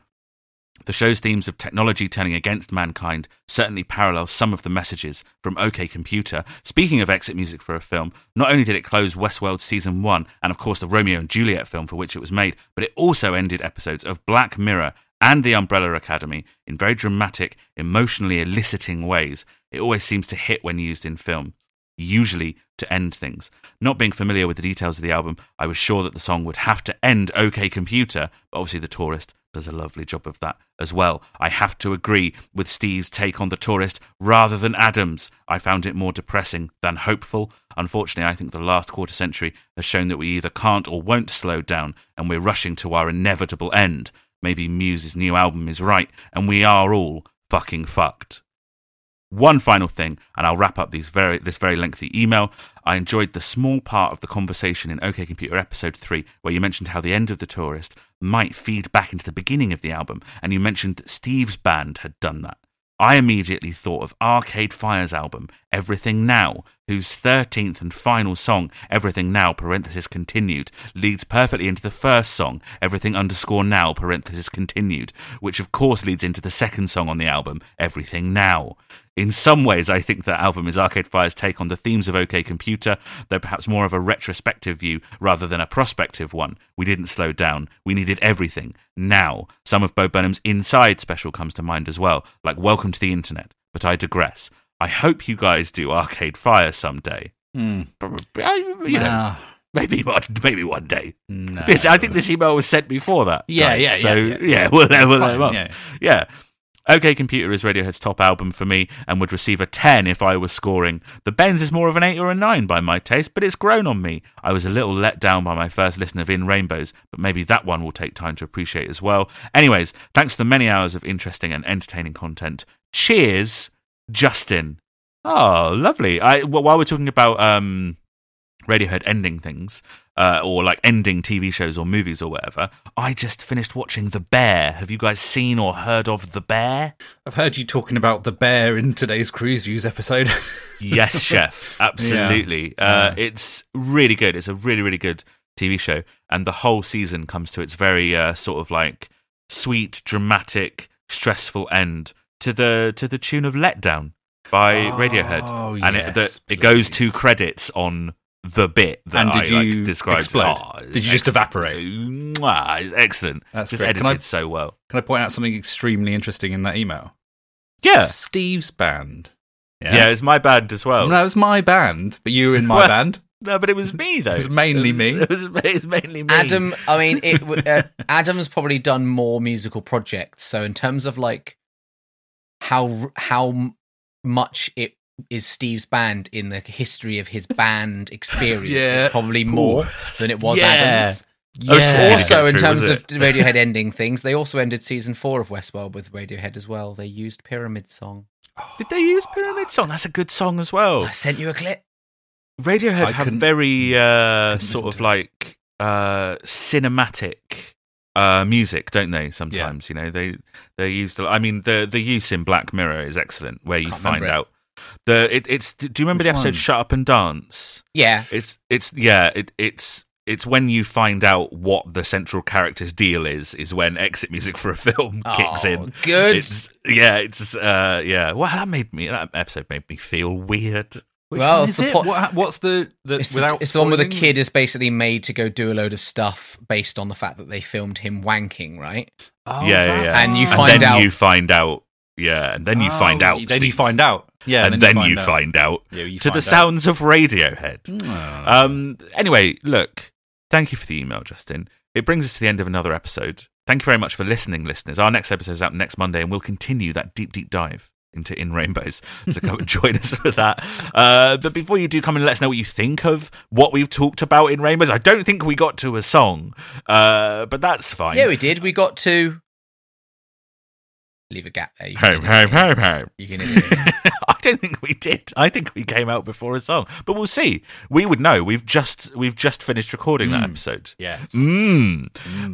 S1: The show's themes of technology turning against mankind certainly parallels some of the messages from OK Computer. Speaking of exit music for a film, not only did it close Westworld season one and, of course, the Romeo and Juliet film for which it was made, but it also ended episodes of Black Mirror and The Umbrella Academy in very dramatic, emotionally eliciting ways. It always seems to hit when used in films usually to end things. Not being familiar with the details of the album, I was sure that the song would have to end OK Computer, but obviously the tourist does a lovely job of that as well. I have to agree with Steve's take on The Tourist rather than Adam's. I found it more depressing than hopeful. Unfortunately, I think the last quarter century has shown that we either can't or won't slow down and we're rushing to our inevitable end. Maybe Muse's new album is right and we are all fucking fucked. One final thing, and I'll wrap up these very, this very lengthy email. I enjoyed the small part of the conversation in OK Computer episode 3 where you mentioned how the end of The Tourist might feed back into the beginning of the album, and you mentioned that Steve's band had done that. I immediately thought of Arcade Fire's album, Everything Now, whose 13th and final song, Everything Now, parenthesis continued, leads perfectly into the first song, Everything underscore Now, parenthesis continued, which of course leads into the second song on the album, Everything Now. In some ways, I think that album is Arcade Fire's take on the themes of OK Computer, though perhaps more of a retrospective view rather than a prospective one. We didn't slow down. We needed everything. Now. Some of Bo Burnham's Inside special comes to mind as well, like Welcome to the Internet. But I digress. I hope you guys do Arcade Fire someday.
S2: Hmm.
S1: Probably, I- you know,
S2: Nah.
S1: maybe one, maybe one day.
S2: No.
S1: This, I think this email was sent before that.
S2: Yeah,
S1: guys.
S2: yeah,
S1: so,
S2: yeah, yeah.
S1: [LAUGHS] we'll, we'll
S2: fine,
S1: them up.
S2: yeah.
S1: Yeah. OK Computer is Radiohead's top album for me and would receive a 10 if I was scoring. The Benz is more of an 8 or a 9 by my taste, but it's grown on me. I was a little let down by my first listen of In Rainbows, but maybe that one will take time to appreciate as well. Anyways, thanks for the many hours of interesting and entertaining content. Cheers, Justin. Oh, lovely. I, wh- while we're talking about um, Radiohead ending things, uh, or like ending TV shows or movies or whatever. I just finished watching The Bear. Have you guys seen or heard of The Bear?
S2: I've heard you talking about the bear in today's Cruise Views episode. [LAUGHS]
S1: Yes, chef. Absolutely. Uh, It's really good. It's a really, really good TV show. And the whole season comes to its very uh, sort of like sweet, dramatic, stressful end to the to the tune of Letdown by Radiohead.
S2: Oh,
S1: and it,
S2: yes,
S1: the, it goes to
S2: please.
S1: credits on the bit that
S2: And did
S1: I
S2: you
S1: like, described.
S2: explode?
S1: Oh,
S2: Did you just
S1: excellent.
S2: evaporate?
S1: So, mwah, it's excellent.
S2: That's
S1: just
S2: great. Can
S1: edited
S2: I-
S1: so well.
S2: Can I point out something extremely interesting in that email?
S1: Yeah.
S2: Steve's band.
S1: yeah, it's my band as well.
S2: No, it was my band, but you were in
S1: [LAUGHS]
S2: my
S1: Well-
S2: band.
S1: No, but it was me though.
S2: It was mainly
S1: It was-
S2: me.
S1: [LAUGHS] It was, it was mainly me.
S3: Adam, I mean, it, w- uh, [LAUGHS] Adam's probably done more musical projects. So in terms of like how r- how m- much it is Steve's band in the history of his band experience,
S2: Yeah.
S3: it's probably more than it was
S1: Yeah. Oh,
S3: Adam's.
S1: I was trying to get
S3: Also, in
S1: through,
S3: terms
S1: was
S3: of
S1: it? [LAUGHS]
S3: Radiohead ending things, they also ended season four of Westworld with Radiohead as well. They used Pyramid Song.
S1: Did they use Pyramid Song? That's a good song as well.
S3: I sent you a clip.
S1: Radiohead
S2: I
S1: have
S2: couldn't-
S1: very uh,
S2: couldn't
S1: sort
S2: listen
S1: of
S2: to it.
S1: like uh, cinematic uh, music, don't they? Sometimes you know they they use the. I mean the the use in Black Mirror is excellent, where you
S3: Can't
S1: find
S3: remember it.
S1: out the it, it's. Do you remember
S2: Which
S1: the episode
S2: one?
S1: "Shut Up and Dance"?
S3: Yeah.
S1: It's it's yeah it, it's. It's when you find out what the central character's deal is, is when exit music for a film [LAUGHS] kicks
S3: Oh,
S1: in.
S3: Good.
S1: It's, yeah, it's uh, yeah. Well, that made me that episode made me feel weird.
S3: Well,
S2: one is
S3: it's the
S2: it?
S3: plot-
S2: What- what's the, the
S3: Oh, It's,
S2: without
S3: the, it's the one where the
S2: spoiling?
S3: kid is basically made to go do a load of stuff based on the fact that they filmed him wanking, right?
S2: Oh,
S1: yeah,
S2: that-
S1: yeah, yeah.
S3: And you
S2: oh.
S3: find
S1: then
S3: out-
S1: you find out, yeah, and then you find
S2: Oh,
S1: out,
S2: Then you
S1: Steve.
S2: find out. Yeah,
S1: and, then, you find out
S2: Yeah, you
S1: to the
S2: find out. Hmm.
S1: sounds of Radiohead. Um, anyway, look, thank you for the email, Justin. It brings us to the end of another episode. Thank you very much for listening, listeners. Our next episode is out next Monday, and we'll continue that deep, deep dive into In Rainbows. So come and [LAUGHS] join us for that. Uh, but before you do, come and let us know what you think of what we've talked about in Rainbows. I don't think we got to a song, uh, but that's fine.
S3: Yeah, we did. We got to leave a gap there. You
S1: Hey,
S3: can,
S1: hey, hey, hey.
S3: you can idiot.
S1: [LAUGHS] I don't think we did. I think we came out before a song, but we'll see. We would know. We've just we've just finished recording that episode.
S2: Yes.
S1: Mm.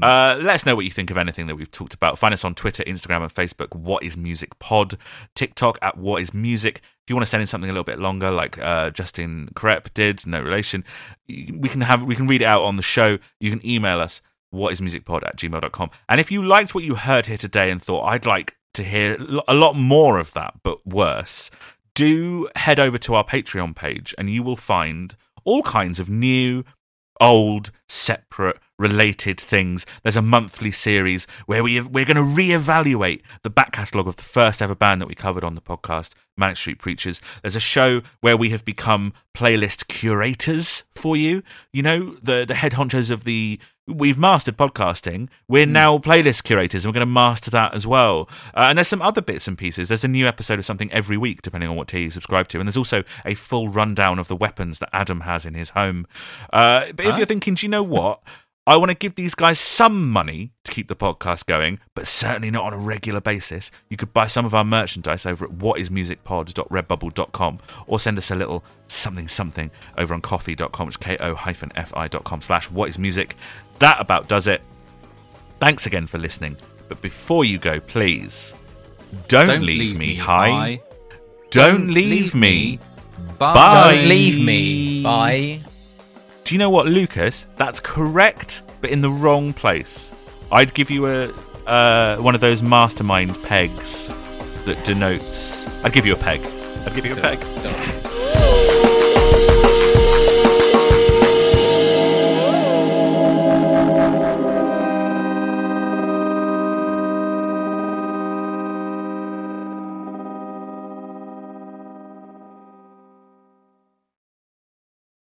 S1: Uh, let us know what you think of anything that we've talked about. Find us on Twitter, Instagram, and Facebook. What is Music Pod? TikTok at What is Music. If you want to send in something a little bit longer, like uh, Justin Krepp did, no relation, we can have we can read it out on the show. You can email us whatismusicpod at gmail.com. And if you liked what you heard here today and thought I'd like to hear lo- a lot more of that, but worse, do head over to our Patreon page and you will find all kinds of new old, separate, related things. There's a monthly series where we we're going to reevaluate the back catalogue of the first ever band that we covered on the podcast, Manic Street Preachers. There's a show where we have become playlist curators for you. You know the the head honchos of the we've mastered podcasting. We're now playlist curators, and we're going to master that as well. Uh, and there's some other bits and pieces. There's a new episode of something every week, depending on what tier you subscribe to. And there's also a full rundown of the weapons that Adam has in his home. Uh, but if you're thinking, do you know what? I want to give these guys some money to keep the podcast going, but certainly not on a regular basis. You could buy some of our merchandise over at whatismusicpod.redbubble.com or send us a little something something over on coffee.com, which is ko-fi.com slash whatismusic. That about does it. Thanks again for listening. But before you go, please don't, leave, me high. Don't, leave, me. Bye.
S3: Don't leave me. Bye.
S1: Do you know what, Lucas? That's correct, but in the wrong place. I'd give you a uh, one of those mastermind pegs that denotes. I'd give you a peg. I'd give you a peg.
S3: Don't.